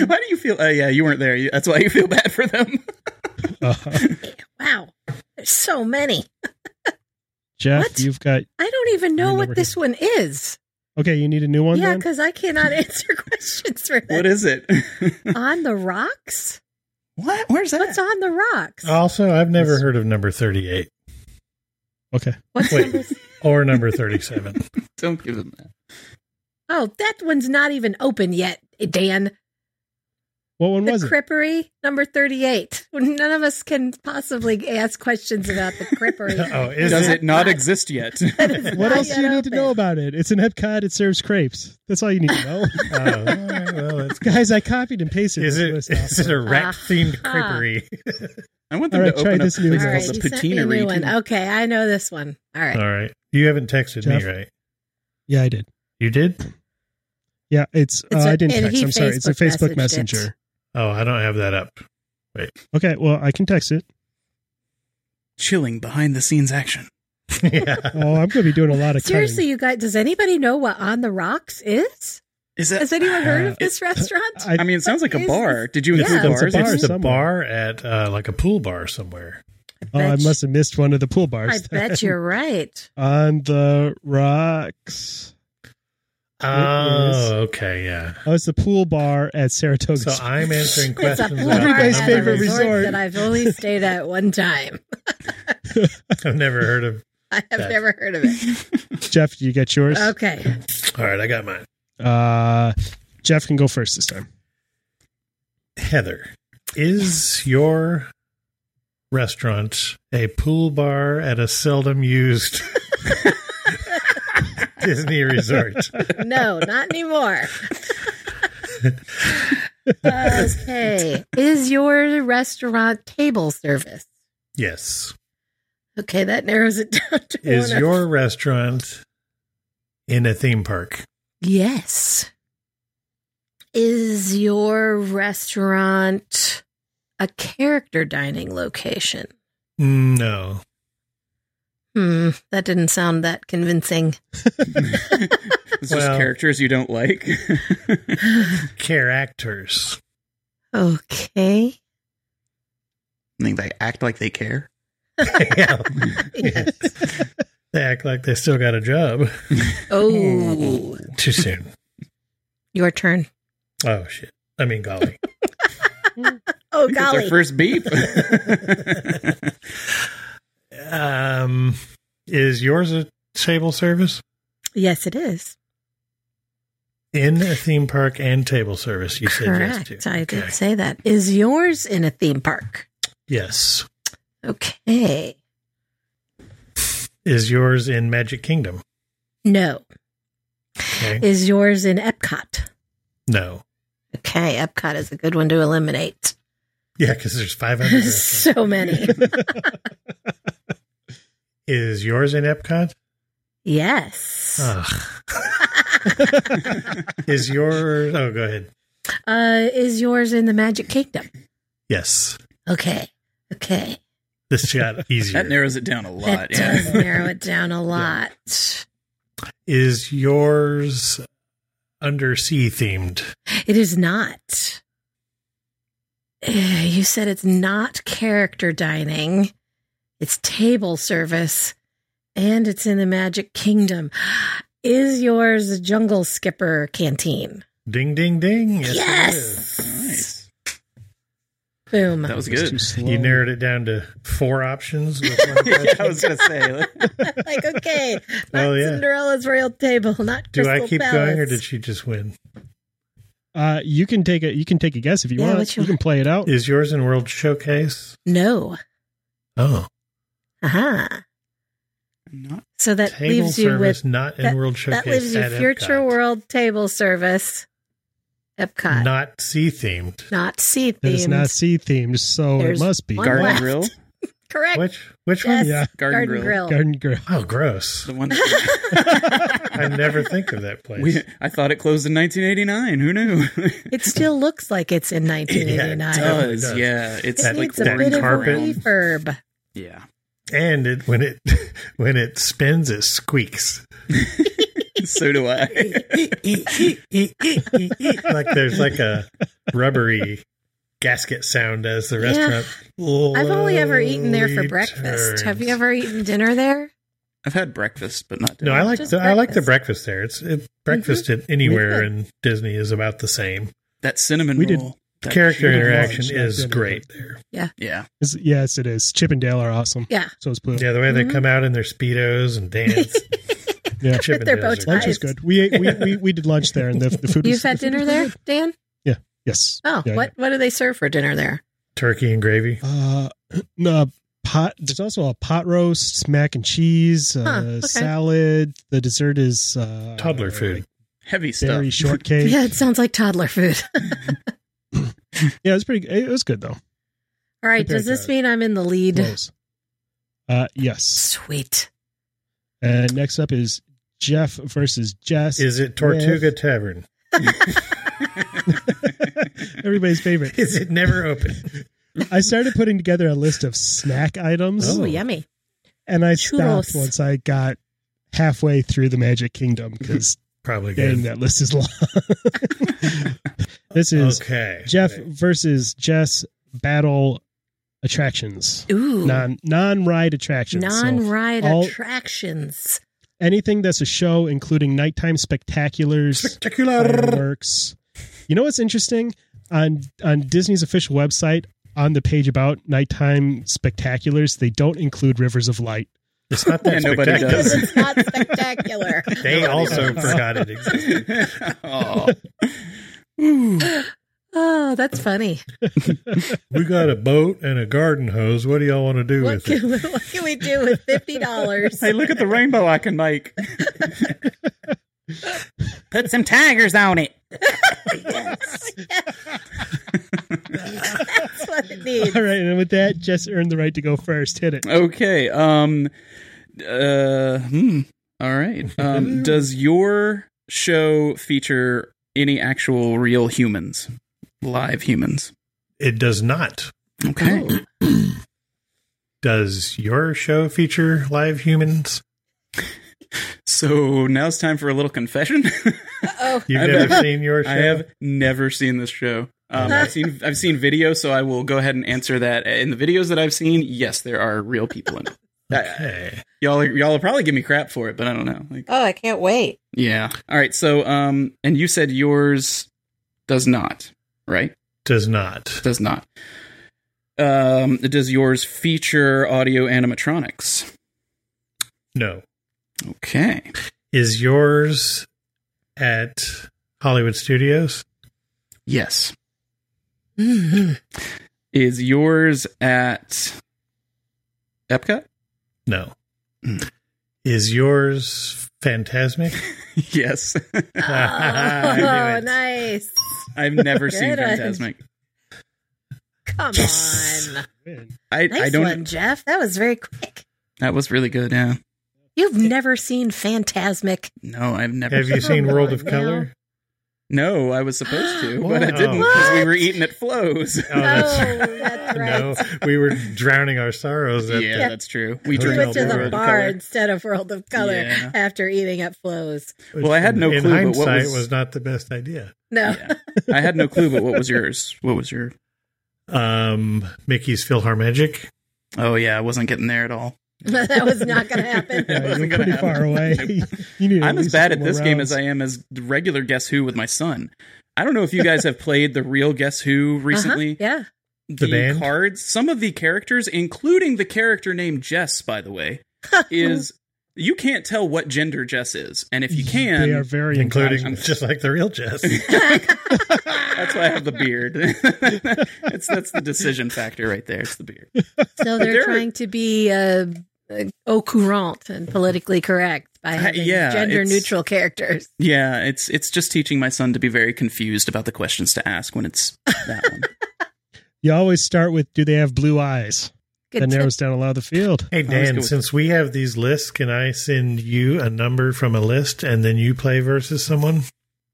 Speaker 6: why do you feel? Oh yeah, you weren't there. You- That's why you feel bad for them.
Speaker 1: uh,
Speaker 3: Wow. There's so many.
Speaker 1: Jeff,
Speaker 3: What?
Speaker 1: you've got.
Speaker 3: I don't even know
Speaker 1: Remember
Speaker 3: what this one is.
Speaker 1: Okay, you need a new one
Speaker 3: yeah,
Speaker 1: then?
Speaker 3: because I cannot answer questions for
Speaker 6: What
Speaker 3: that.
Speaker 6: is it?
Speaker 3: on the rocks?
Speaker 6: what? Where's that?
Speaker 3: What's on the rocks?
Speaker 1: Oh,
Speaker 4: Also, I've never heard of number 38
Speaker 1: Okay.
Speaker 3: What's
Speaker 4: wait.
Speaker 3: number-
Speaker 4: or number 37.
Speaker 6: Don't give them that.
Speaker 3: Oh, that one's not even open yet, eh, Dan.
Speaker 1: What one
Speaker 3: The
Speaker 1: was it?
Speaker 3: Crippery, number 38. None of us can possibly ask questions about the Crippery.
Speaker 4: Oh, is
Speaker 6: Does
Speaker 4: it?
Speaker 6: it not exist yet?
Speaker 3: That is
Speaker 1: What
Speaker 3: not
Speaker 1: else do you
Speaker 3: yet
Speaker 1: need to
Speaker 3: open.
Speaker 1: know about it? It's an Epcot. It serves crepes. That's all you need to know.
Speaker 4: Oh, all right, well, that's good.
Speaker 1: Guys, I copied and pasted
Speaker 4: Is
Speaker 1: this
Speaker 4: it
Speaker 1: list
Speaker 4: is it a rat themed
Speaker 3: Ah.
Speaker 4: creperie?
Speaker 6: I want them
Speaker 1: All right,
Speaker 6: to
Speaker 1: try
Speaker 6: open up
Speaker 1: this new
Speaker 6: a place
Speaker 3: All
Speaker 1: one.
Speaker 3: right,
Speaker 6: called
Speaker 3: you
Speaker 6: the
Speaker 3: sent me a new
Speaker 6: Patinery.
Speaker 3: one. Oh.
Speaker 6: too.
Speaker 3: Okay, I know this one. All right.
Speaker 4: All right, you haven't texted
Speaker 1: Jeff.
Speaker 4: me, right?
Speaker 1: Yeah, I did.
Speaker 4: You did?
Speaker 1: Yeah, it's. Uh,
Speaker 3: It's a-
Speaker 1: I didn't
Speaker 3: and
Speaker 1: text.
Speaker 3: he
Speaker 1: I'm sorry. It's a
Speaker 3: Facebook
Speaker 1: Facebook
Speaker 3: messaged it.
Speaker 1: Messenger.
Speaker 4: Oh, I don't have that up. Wait,
Speaker 1: Okay, well, I can text it.
Speaker 6: Chilling behind the scenes action.
Speaker 4: yeah.
Speaker 1: Oh, I'm going to be doing a lot of cutting.
Speaker 3: Seriously, you guys, does anybody know what On the Rocks is?
Speaker 6: Is that?
Speaker 3: Has anyone heard of
Speaker 6: Uh,
Speaker 3: this restaurant?
Speaker 1: I,
Speaker 6: I mean, it sounds like a
Speaker 3: Is
Speaker 6: bar. Did you
Speaker 3: Yeah.
Speaker 6: include
Speaker 3: It's a
Speaker 6: bars?
Speaker 1: bar.
Speaker 4: It's the
Speaker 1: somewhere.
Speaker 4: bar at uh, like a pool bar somewhere.
Speaker 1: oh, I must have missed one of the pool bars.
Speaker 3: I bet you're right.
Speaker 1: On the rocks. is.
Speaker 4: Oh, okay, yeah.
Speaker 1: Oh, it's the pool bar at Saratoga.
Speaker 4: So I'm answering
Speaker 3: It's a
Speaker 4: questions.
Speaker 3: pool
Speaker 4: about
Speaker 3: bar
Speaker 1: Everybody's
Speaker 3: at
Speaker 4: numbers.
Speaker 3: a
Speaker 1: favorite
Speaker 3: resort,
Speaker 1: resort.
Speaker 3: that I've only stayed at one time.
Speaker 4: I've never heard of.
Speaker 3: I have
Speaker 4: That-
Speaker 3: never heard of it.
Speaker 1: Jeff, did you get yours?
Speaker 3: Okay.
Speaker 4: All right, I got mine.
Speaker 1: Uh, Jeff can go first this time.
Speaker 4: Heather, is your restaurant a pool bar at a seldom used Disney resort?
Speaker 3: No, not anymore. okay. Is your restaurant table service?
Speaker 4: Yes.
Speaker 3: Okay, that narrows it down to
Speaker 4: Is
Speaker 3: one. of-
Speaker 4: your restaurant in a theme park?
Speaker 3: yes. Is your restaurant a character dining location.
Speaker 4: No.
Speaker 3: Hmm, that didn't sound that convincing.
Speaker 6: It's
Speaker 4: Well-
Speaker 6: just characters you don't like.
Speaker 4: Characters.
Speaker 3: Okay.
Speaker 8: think they act like they care.
Speaker 4: Yeah. They act like they still got a job.
Speaker 3: Oh,
Speaker 4: Too soon.
Speaker 3: your turn.
Speaker 4: Oh, shit. I mean, golly.
Speaker 3: Oh,
Speaker 6: It's our
Speaker 3: golly.
Speaker 6: first beep.
Speaker 4: Um, is yours a table service?
Speaker 3: yes, it is.
Speaker 4: In a theme park and table service, you said yes
Speaker 3: Correct.
Speaker 4: to.
Speaker 3: I
Speaker 4: Okay.
Speaker 3: did say that. Is yours in a theme park?
Speaker 4: Yes.
Speaker 3: Okay.
Speaker 4: Is yours in Magic Kingdom?
Speaker 3: No.
Speaker 4: Okay.
Speaker 3: Is yours in Epcot?
Speaker 4: no.
Speaker 3: Okay, Epcot is a good one to eliminate.
Speaker 4: Yeah, because there's 500. restaurants.
Speaker 3: so many.
Speaker 4: is yours in Epcot?
Speaker 3: Yes.
Speaker 4: Ugh. is yours? Oh, go ahead.
Speaker 3: Uh, is yours in the Magic Kingdom?
Speaker 4: Yes.
Speaker 3: Okay. Okay.
Speaker 4: This got easier.
Speaker 6: that narrows it down a lot.
Speaker 3: that
Speaker 6: Yeah.
Speaker 3: does narrow it down a lot.
Speaker 4: is yours undersea themed?
Speaker 3: It is not. Eh, You said it's not character dining, it's table service, and it's in the Magic Kingdom. Is yours a jungle skipper canteen?
Speaker 4: Ding, ding, ding. it is.
Speaker 3: Yes.
Speaker 6: Nice.
Speaker 3: Boom.
Speaker 6: That was
Speaker 1: Too
Speaker 6: good.
Speaker 1: slow.
Speaker 4: You narrowed it down to four options. With one question.
Speaker 6: I was gonna say.
Speaker 3: like, okay, not
Speaker 4: Well, Oh, yeah.
Speaker 3: Cinderella's royal table, not
Speaker 4: Do
Speaker 3: Crystal
Speaker 4: I keep
Speaker 3: Palace.
Speaker 4: going or did she just win?
Speaker 1: Uh, you can take a you can take a guess if you
Speaker 3: Yeah,
Speaker 1: want.
Speaker 3: what you
Speaker 1: You can
Speaker 3: want.
Speaker 1: play it out.
Speaker 4: Is yours in World Showcase?
Speaker 3: No.
Speaker 4: Oh,
Speaker 3: Aha.
Speaker 6: Not
Speaker 3: So that
Speaker 4: table
Speaker 3: leaves you
Speaker 4: service
Speaker 3: with
Speaker 4: not in
Speaker 3: that-
Speaker 4: World Showcase.
Speaker 3: that leaves you
Speaker 4: at
Speaker 3: future
Speaker 4: Epcot.
Speaker 3: world table service, Epcot, not,
Speaker 4: Not sea themed.
Speaker 3: sea
Speaker 1: It is not
Speaker 3: themed.
Speaker 1: sea themed, so
Speaker 3: There's
Speaker 1: it must be
Speaker 3: one
Speaker 6: garden
Speaker 3: left.
Speaker 6: grill.
Speaker 3: Correct.
Speaker 4: Which which
Speaker 3: Yes.
Speaker 4: one?
Speaker 1: Yeah.
Speaker 6: Garden
Speaker 3: Garden
Speaker 6: Grill.
Speaker 3: Grill.
Speaker 1: garden grill.
Speaker 4: Oh, gross!
Speaker 6: The one that
Speaker 4: I never think of that place.
Speaker 6: we, I thought it closed in 1989. Who knew?
Speaker 3: It still looks like it's in 1989.
Speaker 4: Yeah,
Speaker 3: it
Speaker 4: it does.
Speaker 6: Yeah, it's
Speaker 4: That-
Speaker 6: like
Speaker 3: needs a
Speaker 4: that
Speaker 3: bit of a
Speaker 4: carpet.
Speaker 3: refurb.
Speaker 6: Yeah,
Speaker 4: and it when it when it spins, it squeaks.
Speaker 6: so do I.
Speaker 4: like there's like a rubbery gasket sound as the restaurant.
Speaker 3: I've only ever eaten there for
Speaker 4: slowly
Speaker 3: breakfast. Have you
Speaker 4: turns.
Speaker 3: ever eaten dinner there?
Speaker 6: I've had breakfast, but not.
Speaker 4: No, I like the,
Speaker 3: Just Mm-hmm.
Speaker 4: I like the breakfast there. It's it, breakfast at anywhere in Disney is about the same.
Speaker 6: that cinnamon
Speaker 1: We did
Speaker 6: roll. That
Speaker 4: Character
Speaker 1: sure
Speaker 4: interaction
Speaker 1: was.
Speaker 4: is great there.
Speaker 6: Yeah,
Speaker 1: It's- yes, it is. Chip and Dale are awesome.
Speaker 3: Yeah.
Speaker 1: So is Pluto.
Speaker 4: Yeah, the way
Speaker 3: Mm-hmm.
Speaker 4: they come out in their speedos and dance.
Speaker 1: Yeah.
Speaker 4: Chip and
Speaker 3: They're
Speaker 4: Dale's
Speaker 3: both
Speaker 4: are-
Speaker 1: Lunch was good. We, ate, we we we did lunch there, and the, the food.
Speaker 3: You've
Speaker 1: was,
Speaker 3: had
Speaker 1: the food
Speaker 3: dinner
Speaker 1: was
Speaker 3: there,
Speaker 1: good.
Speaker 3: Dan?
Speaker 1: Yes.
Speaker 3: Oh,
Speaker 1: Yeah,
Speaker 3: what what do they serve for dinner there?
Speaker 4: turkey and gravy.
Speaker 1: yeah. Uh, no, pot. There's also a pot roast, mac and cheese, uh,
Speaker 3: Huh, okay.
Speaker 1: salad. The dessert is uh,
Speaker 4: Toddler food.
Speaker 1: like
Speaker 6: heavy stuff.
Speaker 1: berry shortcake.
Speaker 3: Yeah, it sounds like toddler food.
Speaker 1: Yeah, it was pretty. It was good though.
Speaker 3: All right,
Speaker 1: Compared
Speaker 3: does this
Speaker 1: to
Speaker 3: mean I'm in the lead?
Speaker 1: Close. Uh, yes.
Speaker 3: Sweet.
Speaker 1: And next up is Jeff versus Jess.
Speaker 4: Is it Tortuga
Speaker 1: with
Speaker 4: Tavern?
Speaker 1: everybody's favorite?
Speaker 4: Is it never open?
Speaker 1: I started putting together a list of snack items,
Speaker 3: Ooh,
Speaker 4: Oh.
Speaker 3: yummy.
Speaker 1: and I stopped
Speaker 3: Churros.
Speaker 1: once I got halfway through the Magic Kingdom because
Speaker 4: Probably
Speaker 1: dang,
Speaker 4: good.
Speaker 1: that list is long. this
Speaker 4: Oh,
Speaker 1: is
Speaker 4: Okay.
Speaker 1: Jeff versus Jess battle attractions,
Speaker 3: Oooo.
Speaker 1: non non ride attractions, So
Speaker 3: Non-ride
Speaker 1: all-
Speaker 3: attractions.
Speaker 1: anything that's a show, including nighttime spectaculars,
Speaker 4: Spectacular.
Speaker 1: fireworks. You know what's interesting on on Disney's official website on the page about nighttime spectaculars, they don't include Rivers of Light.
Speaker 4: It's not that
Speaker 6: Yeah, nobody
Speaker 4: spectacular.
Speaker 6: does.
Speaker 3: It's not spectacular.
Speaker 4: They also forgot it existed.
Speaker 6: Aw.
Speaker 3: Oh, that's funny.
Speaker 4: We got a boat and a garden hose. What do y'all want to do
Speaker 3: What
Speaker 4: with it?
Speaker 3: can, what can we do with fifty dollars?
Speaker 6: Hey, look at the rainbow I can make.
Speaker 5: Put some tigers on it.
Speaker 3: That's what it needs.
Speaker 1: All right, and with that, Jess earned the right to go first. Hit it.
Speaker 6: Oh, Okay. Um. Uh. Hmm. All right. Um. does your show feature any actual real humans, live humans?
Speaker 4: It does not.
Speaker 6: Okay.
Speaker 4: Does your show feature live humans?
Speaker 6: So now it's time for a little confession.
Speaker 3: Oh,
Speaker 4: You've
Speaker 6: I've-
Speaker 4: never seen your show?
Speaker 6: I have never seen this show. Um, I've seen I've seen video, so I will go ahead and answer that. In the videos that I've seen, yes, there are real people in it. I-
Speaker 4: Okay.
Speaker 6: y'all are, y'all will probably give me crap for it, but I don't know. Like,
Speaker 3: oh, I can't wait.
Speaker 6: yeah. All right. So, um, and you said yours does not, right?
Speaker 4: Does not.
Speaker 6: Does not. Um, does yours feature audio animatronics?
Speaker 4: No.
Speaker 6: Okay.
Speaker 4: Is yours at Hollywood Studios?
Speaker 6: Yes. Is yours at Epcot?
Speaker 4: No.
Speaker 6: Hmm.
Speaker 4: Is yours phantasmic?
Speaker 6: yes.
Speaker 4: I
Speaker 3: Oh,
Speaker 4: knew it.
Speaker 3: nice.
Speaker 6: I've never seen
Speaker 3: Good one.
Speaker 6: Fantasmic.
Speaker 3: Come on.
Speaker 6: I,
Speaker 3: Nice
Speaker 6: I don't.
Speaker 3: one, Jeff. That was very quick.
Speaker 6: That was really good. Yeah.
Speaker 3: You've never seen Phantasmic.
Speaker 6: No, I've never.
Speaker 4: Have you seen
Speaker 3: Come
Speaker 4: World
Speaker 3: on
Speaker 4: of
Speaker 3: now.
Speaker 4: Color?
Speaker 6: No, I was supposed to, but I
Speaker 4: Wow.
Speaker 6: didn't because we were eating at Flo's.
Speaker 4: Oh, that's
Speaker 3: Oh, that's right.
Speaker 4: no. We were drowning our sorrows. At
Speaker 6: yeah,
Speaker 4: the-
Speaker 6: that's true.
Speaker 3: We
Speaker 6: We
Speaker 4: We
Speaker 6: drank
Speaker 3: went
Speaker 4: World
Speaker 3: to
Speaker 4: of
Speaker 3: the
Speaker 6: World of
Speaker 3: bar
Speaker 6: Color.
Speaker 3: instead of World of Color
Speaker 6: Yeah.
Speaker 3: after eating at Flo's.
Speaker 4: which
Speaker 6: Well, I had no
Speaker 4: in
Speaker 6: clue, but what
Speaker 4: hindsight,
Speaker 6: was-
Speaker 4: was not the best idea.
Speaker 3: No.
Speaker 6: Yeah. I had no clue, but what was yours? What was your?
Speaker 4: Um, Mickey's PhilharMagic.
Speaker 6: Oh yeah, I wasn't getting there at all.
Speaker 3: that was not going to happen. Uh-huh.
Speaker 6: That
Speaker 1: Yeah,
Speaker 6: wasn't
Speaker 1: you're
Speaker 6: gonna
Speaker 1: pretty
Speaker 6: happen.
Speaker 1: far away. You need
Speaker 6: I'm as
Speaker 1: least
Speaker 6: bad
Speaker 1: two
Speaker 6: at
Speaker 1: more
Speaker 6: this game as
Speaker 1: rounds.
Speaker 6: I am as the regular Guess Who with my son. I don't know if you guys have played the real Guess Who recently.
Speaker 3: Uh-huh, Yeah.
Speaker 6: The,
Speaker 4: band?
Speaker 6: cards, some of the characters, including the character named Jess, by the way, is you can't tell what gender Jess is, and if you
Speaker 1: They are
Speaker 6: can,
Speaker 1: very
Speaker 4: including
Speaker 1: inclusive.
Speaker 4: just like the real Jess.
Speaker 6: that's why I have the beard. it's that's the decision factor right there. It's the beard.
Speaker 3: So they're
Speaker 6: They're-
Speaker 3: trying to be uh, uh, au courant and politically correct by having
Speaker 6: Uh, yeah,
Speaker 3: gender
Speaker 6: it's-
Speaker 3: neutral characters.
Speaker 6: Yeah, it's it's just teaching my son to be very confused about the questions to ask when it's that one.
Speaker 1: You always start with, do they have blue eyes? That
Speaker 3: Good tip.
Speaker 1: narrows down a lot of the field.
Speaker 4: Hey
Speaker 6: let's go
Speaker 4: Dan,
Speaker 6: with-
Speaker 4: since we have these lists, can I send you a number from a list and then you play versus someone?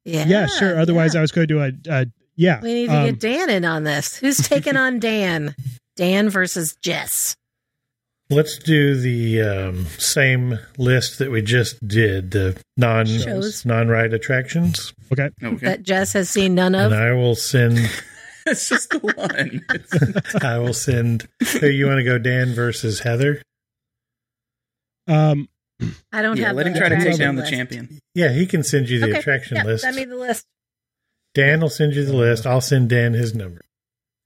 Speaker 1: Yeah,
Speaker 3: Yeah,
Speaker 1: sure. Otherwise,
Speaker 3: yeah.
Speaker 1: I was going to do a, a yeah.
Speaker 3: we need to
Speaker 1: um,
Speaker 3: get Dan in on this. Who's taking on Dan? Dan versus Jess.
Speaker 4: Let's do the um, same list that we just did, the non
Speaker 3: Shows.
Speaker 4: non ride attractions,
Speaker 1: okay.
Speaker 6: Okay,
Speaker 3: That Jess has seen none of.
Speaker 4: and I will send.
Speaker 6: it's just the one. It's-
Speaker 4: I will send. Who you want to go, Dan versus Heather?
Speaker 1: Um,
Speaker 3: I don't
Speaker 6: yeah,
Speaker 3: have.
Speaker 6: let
Speaker 3: the
Speaker 6: him try to take
Speaker 3: attraction
Speaker 6: down the
Speaker 3: list.
Speaker 6: champion.
Speaker 4: Yeah, he can send you the
Speaker 3: Okay,
Speaker 4: attraction
Speaker 3: yeah,
Speaker 4: list.
Speaker 3: Send me the list.
Speaker 4: Dan will send you the list. I'll send Dan his number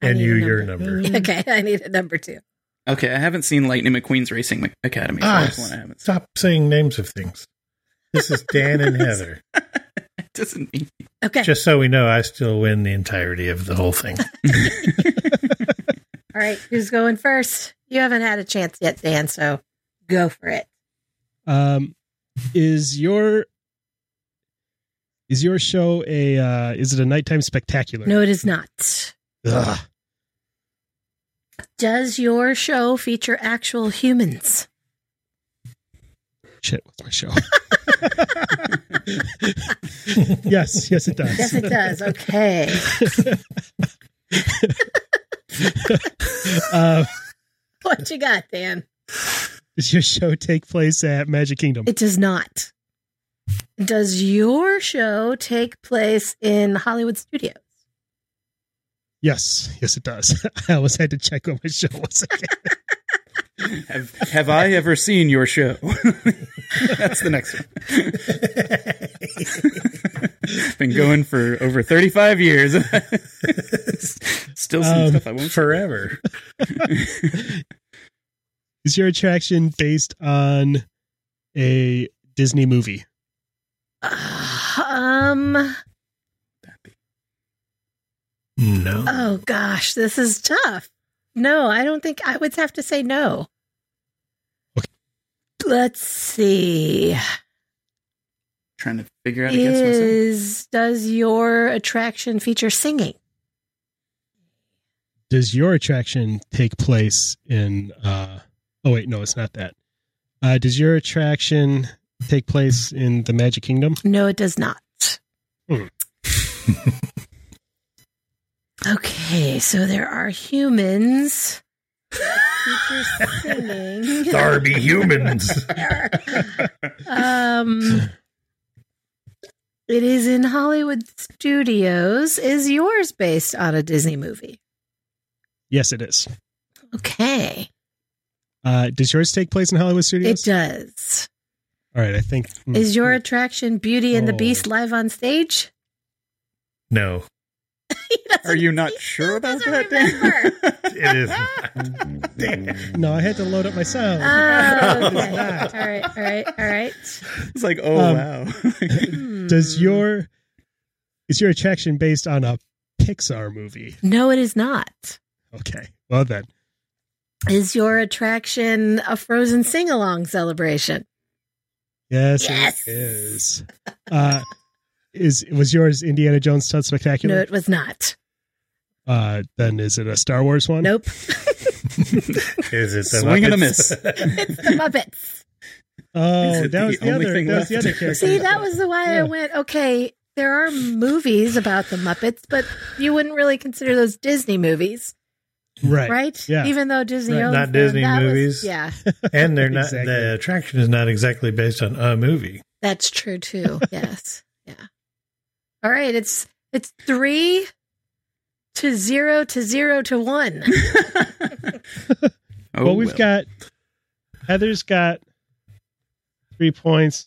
Speaker 3: I
Speaker 4: and
Speaker 3: need
Speaker 4: you
Speaker 3: a
Speaker 4: your
Speaker 3: number.
Speaker 4: number.
Speaker 3: Okay, I need a number two.
Speaker 6: Okay, I haven't seen Lightning McQueen's Racing Academy. So
Speaker 4: Ah,
Speaker 6: that's one I haven't seen.
Speaker 4: Stop saying names of things. This is Dan and Heather.
Speaker 6: It doesn't mean
Speaker 3: Okay,
Speaker 4: Just so we know, I still win the entirety of the whole thing.
Speaker 3: all right. Who's going first? You haven't had a chance yet, Dan. So go for it.
Speaker 1: um, is your is your show a uh, is it a nighttime spectacular?
Speaker 3: No, it is not.
Speaker 1: Ugh.
Speaker 3: Does your show feature actual humans?
Speaker 1: Shit, what's my show? yes, yes, it does.
Speaker 3: Yes, it does. Okay.
Speaker 1: Uh,
Speaker 3: what you got, Dan?
Speaker 1: does your show take place at Magic Kingdom?
Speaker 3: It does not. Does your show take place in Hollywood Studios?
Speaker 1: yes, yes, it does. I always had to check what my show was.
Speaker 6: Have Have I ever seen your show? That's the next one. Been going for over thirty five years. Still some
Speaker 1: Um,
Speaker 6: stuff I won't.
Speaker 4: Forever.
Speaker 1: Is your attraction based on a Disney movie?
Speaker 3: Um.
Speaker 4: No.
Speaker 3: Oh gosh, this is tough. No, I don't think I would have to say no. Let's see.
Speaker 6: trying to figure out a guess myself.
Speaker 3: Is does your attraction feature singing?
Speaker 1: Does your attraction take place in? Uh, oh wait, no, it's not that. Uh, does your attraction take place in the Magic Kingdom?
Speaker 3: No, it does not.
Speaker 1: Hmm.
Speaker 3: Okay, so there are humans. Future singing.
Speaker 4: Darby humans.
Speaker 3: Um, it is in Hollywood Studios. Is yours based on a Disney movie?
Speaker 1: Yes, it is.
Speaker 3: Okay,
Speaker 1: Uh, does yours take place in Hollywood Studios?
Speaker 3: it does.
Speaker 1: All right, I think.
Speaker 3: Is your attraction Beauty and the
Speaker 1: Hmm. Oh.
Speaker 3: Beast live on stage?
Speaker 4: No,
Speaker 3: He doesn't-
Speaker 8: Are you not
Speaker 3: he
Speaker 8: sure
Speaker 3: still
Speaker 8: about that,
Speaker 3: doesn't
Speaker 8: Dan?
Speaker 3: remember.
Speaker 4: it is.
Speaker 1: No, I had to load up my sound.
Speaker 3: Oh, okay.
Speaker 1: It's not.
Speaker 3: all right, all right, all right.
Speaker 8: It's like, oh
Speaker 1: Um,
Speaker 8: wow.
Speaker 1: Does
Speaker 3: Hmm.
Speaker 1: your is your attraction based on a Pixar movie?
Speaker 3: No, it is not.
Speaker 1: Okay. Well then,
Speaker 3: Is your attraction a Frozen sing along celebration?
Speaker 1: yes,
Speaker 3: Yes.
Speaker 1: it is. Uh, is was yours Indiana Jones Stunt
Speaker 3: No,
Speaker 1: Spectacular?
Speaker 3: it was not.
Speaker 1: Uh, then is it a Star Wars one?
Speaker 3: Nope.
Speaker 4: Is it the
Speaker 8: Swing and a
Speaker 4: Muppets?
Speaker 8: miss.
Speaker 3: it's the Muppets.
Speaker 1: Oh,
Speaker 8: Is it
Speaker 1: that
Speaker 8: the
Speaker 1: was the
Speaker 8: only
Speaker 1: other.
Speaker 8: thing
Speaker 1: That was the
Speaker 8: left?
Speaker 1: other character.
Speaker 3: See, that was the why
Speaker 1: Yeah.
Speaker 3: I went, okay, there are movies about the Muppets, but you wouldn't really consider those Disney movies,
Speaker 1: right.
Speaker 3: right?
Speaker 1: Yeah.
Speaker 3: Even though Disney
Speaker 1: Right.
Speaker 3: owns
Speaker 4: Not
Speaker 3: them,
Speaker 4: Disney
Speaker 3: that was-
Speaker 4: movies.
Speaker 3: yeah,
Speaker 4: And they're not.
Speaker 1: Exactly.
Speaker 4: The attraction is not exactly based on a movie.
Speaker 3: that's true too. yes. Yeah. All right, it's it's 3 to 0 to 0 to 1.
Speaker 6: Oh,
Speaker 1: well, we've got Heather's got three points.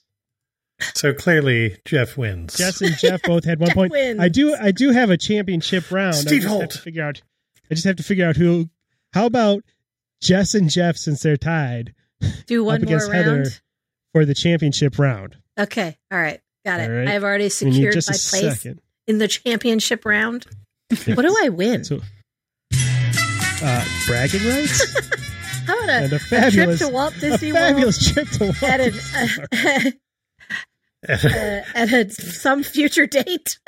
Speaker 4: So clearly, Jeff wins.
Speaker 1: Jess and Jeff both had one
Speaker 3: Jeff
Speaker 1: point.
Speaker 3: wins.
Speaker 1: I do. I do have a championship round. I
Speaker 4: Steve
Speaker 1: just have
Speaker 4: Holt.
Speaker 1: to figure out. I just have to figure out who. How about Jess and Jeff since they're tied
Speaker 3: Do one more
Speaker 1: against
Speaker 3: round.
Speaker 1: Heather. for the championship round?
Speaker 3: Okay. All right. Got it.
Speaker 1: All right.
Speaker 3: I've already
Speaker 1: We need
Speaker 3: secured my
Speaker 1: just a
Speaker 3: place
Speaker 1: second.
Speaker 3: in the championship round. What do I win?
Speaker 1: So, uh, bragging rights.
Speaker 3: How about
Speaker 1: and a
Speaker 3: a, a
Speaker 1: fabulous-
Speaker 3: trip to Walt
Speaker 1: a
Speaker 3: Disney World
Speaker 1: fabulous trip to Walt
Speaker 3: at, an,
Speaker 1: Disney World.
Speaker 3: uh, at a, some future date?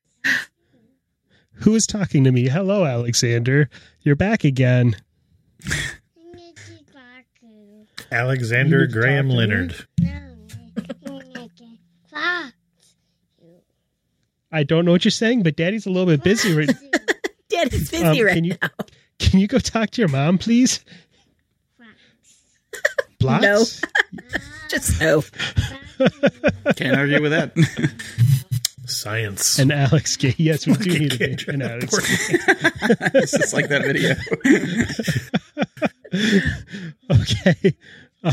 Speaker 1: Who is talking to me? Hello, Alexander. You're back again. You
Speaker 4: Alexander
Speaker 1: need to
Speaker 4: Graham
Speaker 1: talk to
Speaker 4: Leonard.
Speaker 1: I don't know what you're saying, but Daddy's a little bit busy right
Speaker 3: Daddy's busy
Speaker 1: Um,
Speaker 3: right
Speaker 1: can you-
Speaker 3: now.
Speaker 1: Can you go talk to your mom, please? Blocks?
Speaker 3: No. Just no.
Speaker 6: Can't argue with that.
Speaker 4: Science.
Speaker 1: And Alex Gay. Yes, we do
Speaker 4: Fucking
Speaker 1: need a
Speaker 4: kid.
Speaker 1: picture. And Alex.
Speaker 6: it's just like that video.
Speaker 1: Okay. Uh,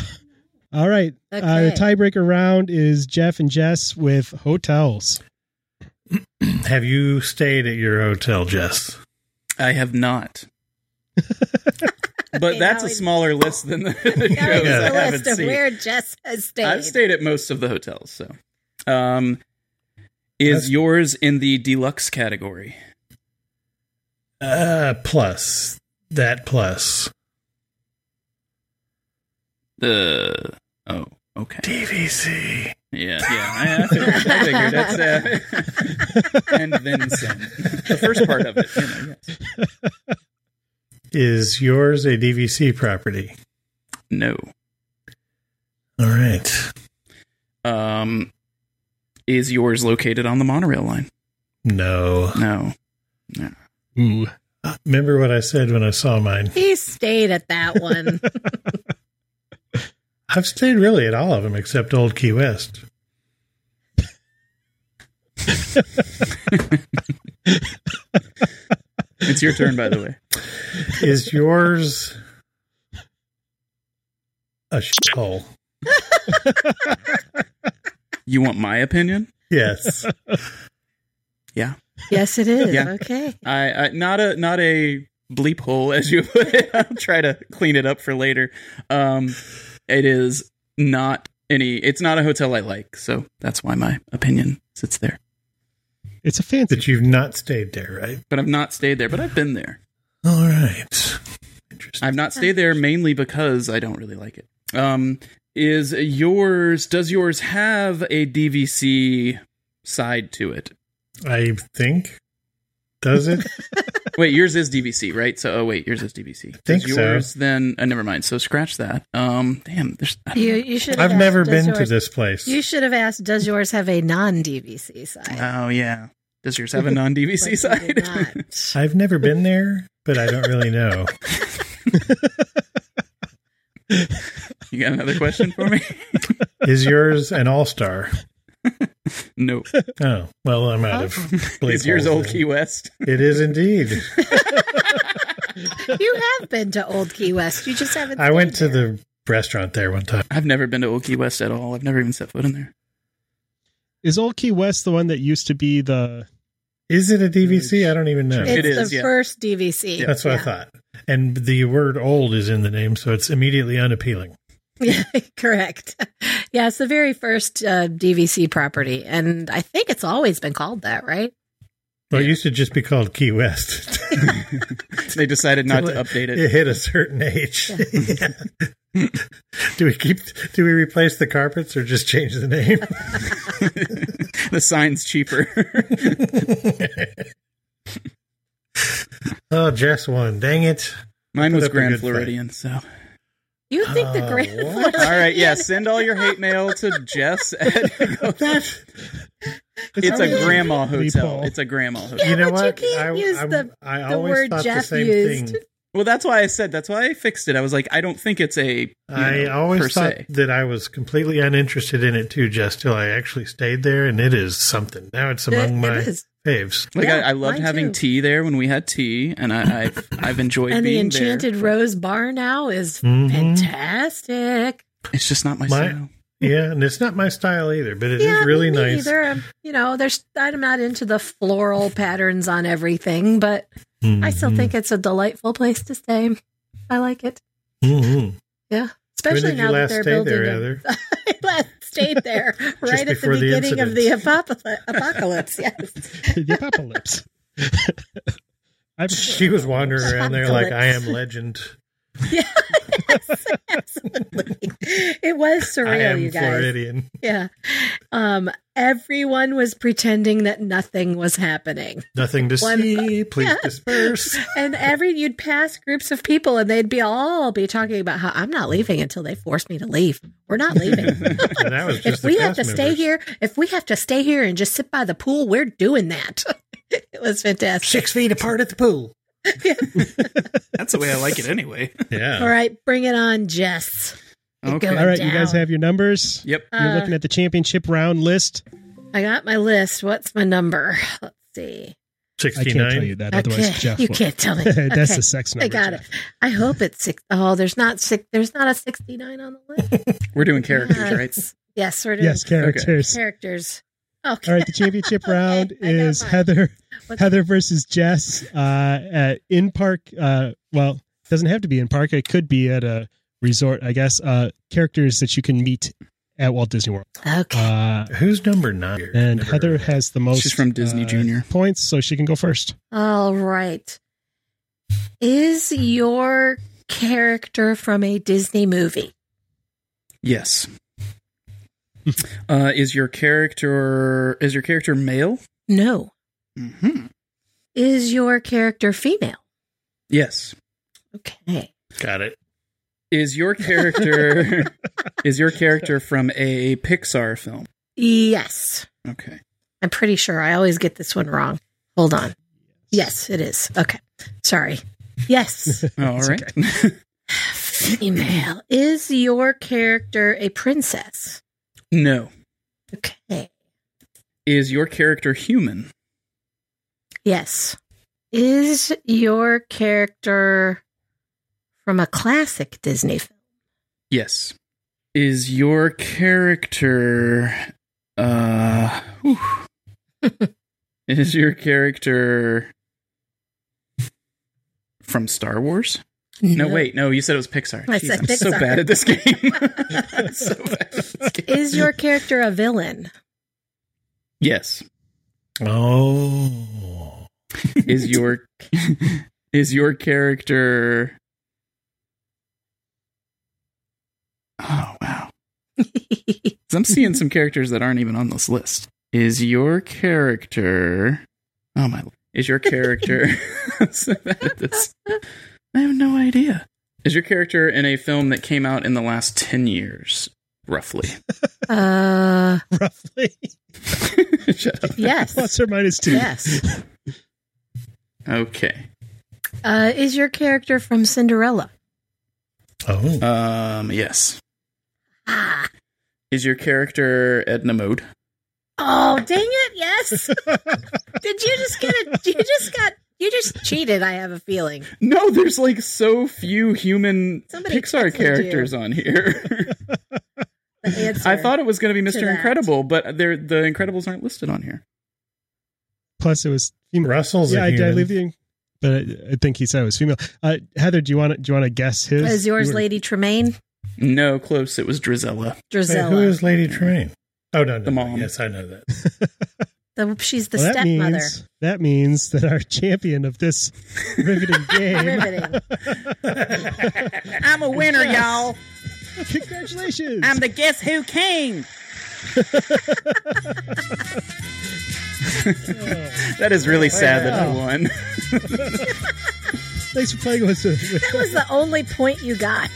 Speaker 1: all right. Uh, the
Speaker 3: Okay.
Speaker 1: tiebreaker round is Jeff and Jess with hotels.
Speaker 4: Have you stayed at your hotel, Jess?
Speaker 6: I have not. But
Speaker 3: Okay,
Speaker 6: that's
Speaker 3: now
Speaker 6: a
Speaker 3: we-
Speaker 6: smaller list than the shows
Speaker 3: Now it's
Speaker 6: I
Speaker 3: the
Speaker 6: haven't
Speaker 3: list of
Speaker 6: seen.
Speaker 3: where Jess has stayed.
Speaker 6: I've stayed at most of the hotels, so. Um, is
Speaker 4: That's-
Speaker 6: yours in the deluxe category?
Speaker 4: Uh, plus that plus
Speaker 6: The oh, okay,
Speaker 4: DVC.
Speaker 6: yeah, yeah. I, I figured, I figured that's uh, and then some. The first part of it, you know, yes.
Speaker 4: Is yours a DVC property?
Speaker 6: No.
Speaker 4: All right.
Speaker 6: Um, is yours located on the monorail line?
Speaker 4: No. Uh,
Speaker 6: No.
Speaker 1: Ooh.
Speaker 4: Remember what I said when I saw mine?
Speaker 3: he stayed at that one.
Speaker 4: I've stayed really at all of them except Old Key West.
Speaker 6: It's your turn, by the way.
Speaker 4: Is yours a shithole?
Speaker 6: You want my opinion?
Speaker 4: Yes.
Speaker 6: Yeah.
Speaker 3: yes, it is.
Speaker 6: Yeah.
Speaker 3: Okay.
Speaker 6: I, I not a not a bleep hole as you put it. I'll try to clean it up for later. Um, it is not any. It's not a hotel I like, so that's why my opinion sits there.
Speaker 1: It's a fancy.
Speaker 4: that you've not stayed there, right?
Speaker 6: But I've not stayed there. But I've been there.
Speaker 4: All right. Interesting.
Speaker 6: I've not stayed there mainly because I don't really like it. Um, is yours? Does yours have a DVC side to it?
Speaker 4: I think. Does it?
Speaker 6: Wait, yours is DVC, right? So, oh wait, yours is DVC.
Speaker 4: think
Speaker 6: Does
Speaker 4: so.
Speaker 6: yours then? Uh, never mind. So scratch that. Um, damn. There's. I don't
Speaker 3: You, you should. have
Speaker 4: I've
Speaker 3: asked,
Speaker 4: never
Speaker 3: "Does
Speaker 4: been to
Speaker 3: yours-"
Speaker 4: this place.
Speaker 3: You should have asked, "Does yours have a non-DVC side?"
Speaker 6: Oh yeah. Does yours have a non DVC
Speaker 3: But we did
Speaker 6: Ah, side?
Speaker 3: not.
Speaker 4: I've never been there, but I don't really know.
Speaker 6: you got another question for me?
Speaker 4: Is yours an all star?
Speaker 6: nope.
Speaker 4: Oh, well, I'm out of.
Speaker 6: Is yours
Speaker 4: holes
Speaker 6: Old
Speaker 4: then.
Speaker 6: Key West?
Speaker 4: It is indeed.
Speaker 3: you have been to Old Key West. You just haven't.
Speaker 4: I
Speaker 3: stayed
Speaker 4: went to
Speaker 3: there.
Speaker 4: the restaurant there one time.
Speaker 6: I've never been to Old Key West at all. I've never even set foot in there.
Speaker 1: Is Old Key West the one that used to be the?
Speaker 4: Is it a DVC? I don't even know.
Speaker 3: It's
Speaker 6: It is,
Speaker 3: the
Speaker 6: yeah.
Speaker 3: first DVC.
Speaker 4: That's what I thought. And the word old is in the name, so it's immediately unappealing.
Speaker 3: Yeah, correct. Yeah, it's the very first uh, DVC property, and I think it's always been called that, right?
Speaker 4: Well, it used to just be called Key West.
Speaker 6: They decided not to update
Speaker 4: It
Speaker 6: it.
Speaker 4: hit a certain age. Yeah. do we keep? Do we replace the carpets or just change the name?
Speaker 6: the sign's cheaper.
Speaker 4: oh, Jess won. Dang it!
Speaker 6: Mine
Speaker 4: Put
Speaker 6: was
Speaker 4: up a
Speaker 6: Grand
Speaker 4: good fight.
Speaker 6: Floridian, so.
Speaker 3: You think the
Speaker 4: Oh,
Speaker 3: Grand
Speaker 4: what?
Speaker 6: All right, yeah. Send all your hate mail to Jess. At,
Speaker 4: That
Speaker 6: it's a
Speaker 1: always
Speaker 6: grandma
Speaker 1: been
Speaker 6: hotel.
Speaker 1: people.
Speaker 6: It's a grandma hotel.
Speaker 3: Yeah,
Speaker 4: you know
Speaker 3: but you
Speaker 4: what?
Speaker 3: can't use
Speaker 4: I'm-
Speaker 3: the-
Speaker 4: I
Speaker 3: the word Jeff used.
Speaker 4: thing.
Speaker 6: Well, that's why I said. That's why I fixed it. I was like, I don't think it's a. you
Speaker 4: I
Speaker 6: know, per
Speaker 4: always thought
Speaker 6: se.
Speaker 4: that I was completely uninterested in it too, just till I actually stayed there, and it is something. Now it's
Speaker 3: It-
Speaker 4: among
Speaker 3: it
Speaker 4: my
Speaker 3: is.
Speaker 4: faves.
Speaker 6: Like
Speaker 3: Yeah,
Speaker 6: I, I loved
Speaker 3: mine
Speaker 6: having
Speaker 3: too.
Speaker 6: tea there when we had tea, and I, I've I've enjoyed
Speaker 3: and the
Speaker 6: being
Speaker 3: Enchanted Rose Bar now is
Speaker 4: Mhm.
Speaker 3: fantastic.
Speaker 6: there. It's just not my,
Speaker 4: My-
Speaker 6: style.
Speaker 4: Yeah, and it's not my style either, but it is
Speaker 3: me
Speaker 4: really
Speaker 3: neither.
Speaker 4: nice.
Speaker 3: I'm- you know, there's I'm not into the floral patterns on everything, but I still
Speaker 4: Mhm.
Speaker 3: think it's a delightful place to stay. I like it.
Speaker 4: Mhm.
Speaker 3: Yeah. Especially
Speaker 4: did you
Speaker 3: now
Speaker 4: last
Speaker 3: that they're
Speaker 4: stay
Speaker 3: building a-
Speaker 4: there, Heather?
Speaker 3: I last stayed there right at the
Speaker 4: before the
Speaker 3: beginning of the
Speaker 4: incident.
Speaker 3: apocalypse. apocalypse yes.
Speaker 1: the apocalypse. I've,
Speaker 4: She was wandering around there like I am
Speaker 3: Apocalypse.
Speaker 4: legend.
Speaker 3: Absolutely. It was
Speaker 4: I
Speaker 3: surreal,
Speaker 4: am
Speaker 3: you guys.
Speaker 4: Floridian.
Speaker 3: Yeah. Um, everyone was pretending that nothing was happening.
Speaker 4: Nothing to
Speaker 3: One-
Speaker 4: see. Please disperse.
Speaker 3: And every you'd pass groups of people and they'd be all be talking about how I'm not leaving until they force me to leave. We're not leaving.
Speaker 4: And that was just
Speaker 3: if
Speaker 4: the
Speaker 3: we have to
Speaker 4: cast
Speaker 3: stay
Speaker 4: members.
Speaker 3: here, if we have to stay here and just sit by the pool, we're doing that. it was fantastic.
Speaker 4: six feet apart at the pool.
Speaker 6: That's the way I like it anyway.
Speaker 4: Yeah.
Speaker 3: All right, bring it on, Jess. Get
Speaker 6: Okay.
Speaker 3: going
Speaker 1: all right, you guys
Speaker 3: down.
Speaker 1: have your numbers.
Speaker 6: Yep.
Speaker 1: You're
Speaker 3: Uh,
Speaker 1: looking at the championship round list.
Speaker 3: I got my list. What's my number? Let's see.
Speaker 1: I can't tell
Speaker 4: 69.
Speaker 1: you that,
Speaker 3: Okay.
Speaker 1: otherwise Jeff
Speaker 3: you
Speaker 1: will.
Speaker 3: can't tell me.
Speaker 1: That's
Speaker 3: Okay.
Speaker 1: the sex number.
Speaker 3: I got it. I hope it's six oh there's not six. There's not a sixty-nine on the list.
Speaker 6: We're doing characters,
Speaker 3: Yes.
Speaker 6: right?
Speaker 3: Yes, we're doing
Speaker 1: Yes, characters.
Speaker 3: characters. Okay.
Speaker 1: All right, the championship
Speaker 3: Okay,
Speaker 1: round
Speaker 3: I got
Speaker 1: is
Speaker 3: mine.
Speaker 1: Heather
Speaker 3: What's-
Speaker 1: Heather versus Jess uh, at in park. Uh, well, it doesn't have to be in park. It could be at a resort, I guess. Uh, characters that you can meet at Walt Disney World.
Speaker 3: Okay.
Speaker 1: Uh,
Speaker 4: Who's number nine? here?
Speaker 1: and
Speaker 4: Never
Speaker 1: Heather
Speaker 4: heard of
Speaker 1: has the most.
Speaker 6: She's from Disney
Speaker 1: uh,
Speaker 6: Junior.
Speaker 1: points, so she can go first.
Speaker 3: All right. Is your character from a Disney movie?
Speaker 6: Yes. uh, is your character is your character male?
Speaker 3: No.
Speaker 6: Mm-hmm.
Speaker 3: Is your character female?
Speaker 6: Yes.
Speaker 3: Okay.
Speaker 4: it. Got it.
Speaker 6: Is your character is your character from a Pixar film?
Speaker 3: Yes.
Speaker 6: Okay.
Speaker 3: I'm pretty sure I always get this one wrong. Hold on. Yes, it is. Okay. Sorry. Yes.
Speaker 6: All right.
Speaker 3: Female. Is your character a princess?
Speaker 6: no.
Speaker 3: Okay.
Speaker 6: Is your character human?
Speaker 3: Yes. Is your character from a classic Disney film?
Speaker 6: Yes. Is your character uh whew. Is your character from Star Wars? No, wait, no, you said it was Pixar.
Speaker 3: I
Speaker 6: Jeez,
Speaker 3: said
Speaker 6: I'm so
Speaker 3: Pixar.
Speaker 6: bad at this game. I'm so bad at this game.
Speaker 3: Is your character a villain?
Speaker 6: Yes.
Speaker 4: Oh.
Speaker 6: Is your is your character Oh wow. i I'm seeing some characters that aren't even on this list. Is your character? Oh my! Is your character? I'm so bad at this. I have no idea. Is your character in a film that came out in the last ten years? roughly.
Speaker 3: Uh,
Speaker 1: roughly.
Speaker 6: Shut up.
Speaker 3: yes.
Speaker 1: Plus or minus two.
Speaker 3: yes.
Speaker 6: Okay.
Speaker 3: Uh, is your character from Cinderella?
Speaker 4: Oh,
Speaker 6: Um. Yes.
Speaker 3: Ah.
Speaker 6: Is your character Edna Mode?
Speaker 3: Oh, dang it. Yes. Did you just get it? You just got, you just cheated, I have a feeling.
Speaker 6: No, there's like so few human
Speaker 3: Somebody texted
Speaker 6: Pixar
Speaker 3: you.
Speaker 6: characters on here.
Speaker 3: The answer.
Speaker 6: I thought it was going to be
Speaker 3: to
Speaker 6: Mr.
Speaker 3: that.
Speaker 6: Incredible, but they're, the Incredibles aren't listed on here.
Speaker 1: Plus, it was female.
Speaker 4: Russell's
Speaker 1: yeah,
Speaker 4: a
Speaker 1: I, did I
Speaker 4: human.
Speaker 1: leave the. But I, I think he said it was female. Uh, Heather, do you want to do you want to guess his?
Speaker 3: Is yours
Speaker 1: You were-
Speaker 3: Lady Tremaine?
Speaker 6: No, close. It was Drizella.
Speaker 4: Wait,
Speaker 3: Drizella.
Speaker 4: who is Lady Tremaine? Oh no, no,
Speaker 6: The
Speaker 4: no.
Speaker 6: mom.
Speaker 4: Yes, I know that.
Speaker 3: The, she's the
Speaker 1: Well, that
Speaker 3: stepmother.
Speaker 1: Means, that means that our champion of this riveting game.
Speaker 3: Riveting.
Speaker 5: I'm a winner, y'all.
Speaker 1: Congratulations!
Speaker 5: I'm the guess who king.
Speaker 6: That is really sad that I won.
Speaker 1: Thanks for playing with us.
Speaker 3: That was the only point you got.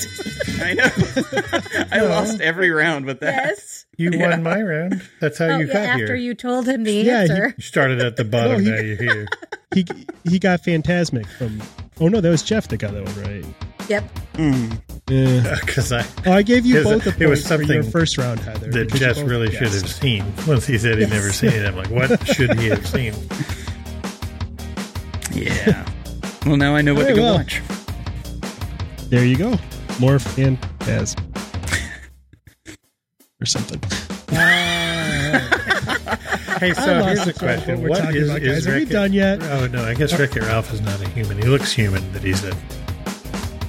Speaker 6: I know. I lost every round with that.
Speaker 3: Yes.
Speaker 4: You won my round. That's how
Speaker 3: Oh,
Speaker 4: you
Speaker 3: yeah,
Speaker 4: got
Speaker 3: after
Speaker 4: here. You-,
Speaker 3: you told him the
Speaker 1: Yeah, he-
Speaker 3: answer.
Speaker 4: started at the
Speaker 1: No,
Speaker 4: bottom.
Speaker 1: he-
Speaker 4: now you're here.
Speaker 1: he he got Fantasmic from. Oh no, that was Jeff that got that one right.
Speaker 3: Yep.
Speaker 1: Yeah.
Speaker 4: Because I
Speaker 1: Oh, I gave you
Speaker 4: Because
Speaker 1: both a
Speaker 4: it was
Speaker 1: point for your
Speaker 4: something
Speaker 1: first round, Heather.
Speaker 4: that
Speaker 1: because you
Speaker 4: Jess
Speaker 1: both
Speaker 4: really should
Speaker 1: guessed.
Speaker 4: have seen. Once he said he'd never seen it, I'm like, what should he have seen?
Speaker 6: Yeah. Well, now I know what
Speaker 1: Very
Speaker 6: to go
Speaker 1: well.
Speaker 6: watch.
Speaker 1: There you go. More Fantasmic. or something.
Speaker 4: Hey, so here's the question:
Speaker 1: We're
Speaker 4: What
Speaker 1: talking
Speaker 4: is
Speaker 1: about,
Speaker 4: is
Speaker 1: guys. Are we
Speaker 4: Wreck-It-
Speaker 1: done yet?
Speaker 4: Oh no, I guess Wreck-It Ralph is not a human. He looks human, but he's a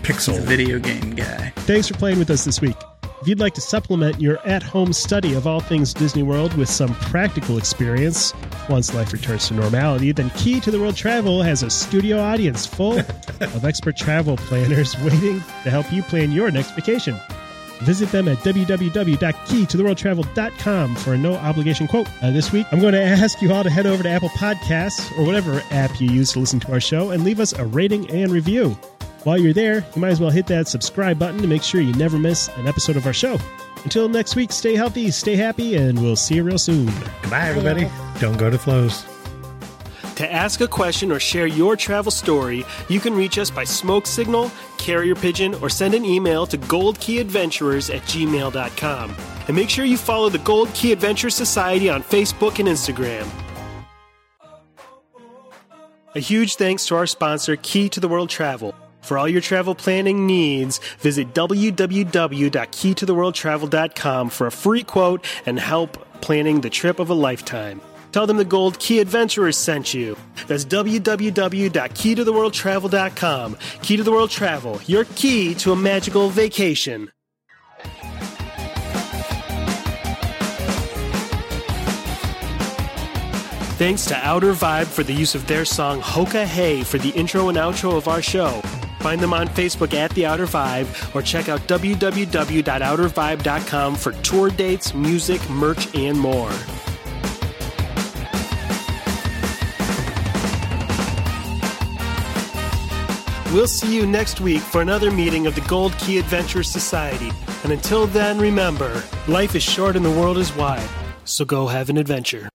Speaker 4: pixel.
Speaker 6: Video game guy.
Speaker 1: Thanks for playing with us this week. If you'd like to supplement your at home study of all things Disney World with some practical experience once life returns to normality, then Key to the World Travel has a studio audience full of expert travel planners waiting to help you plan your next vacation. Visit them at www.keytotheworldtravel.com for a no obligation quote. Uh, this week, I'm going to ask you all to head over to Apple Podcasts or whatever app you use to listen to our show and leave us a rating and review. While you're there, you might as well hit that subscribe button to make sure you never miss an episode of our show. Until next week, stay healthy, stay happy, and we'll see you real soon.
Speaker 4: Goodbye, everybody. Don't go to flows.
Speaker 7: To ask a question or share your travel story, you can reach us by smoke signal, carrier pigeon, or send an email to goldkeyadventurers at gmail.com. And make sure you follow the Gold Key Adventure Society on Facebook and Instagram. A huge thanks to our sponsor, Key to the World Travel. For all your travel planning needs, visit www.keytotheworldtravel.com for a free quote and help planning the trip of a lifetime. Tell them the Gold Key Adventurers sent you. That's www.keytotheworldtravel.com. Key to the World Travel, your key to a magical vacation. Thanks to Outer Vibe for the use of their song Hoka Hey for the intro and outro of our show. Find them on Facebook at The Outer Vibe or check out www.outervibe.com for tour dates, music, merch, and more. We'll see you next week for another meeting of the Gold Key Adventure Society. And until then, remember life is short and the world is wide, so go have an adventure.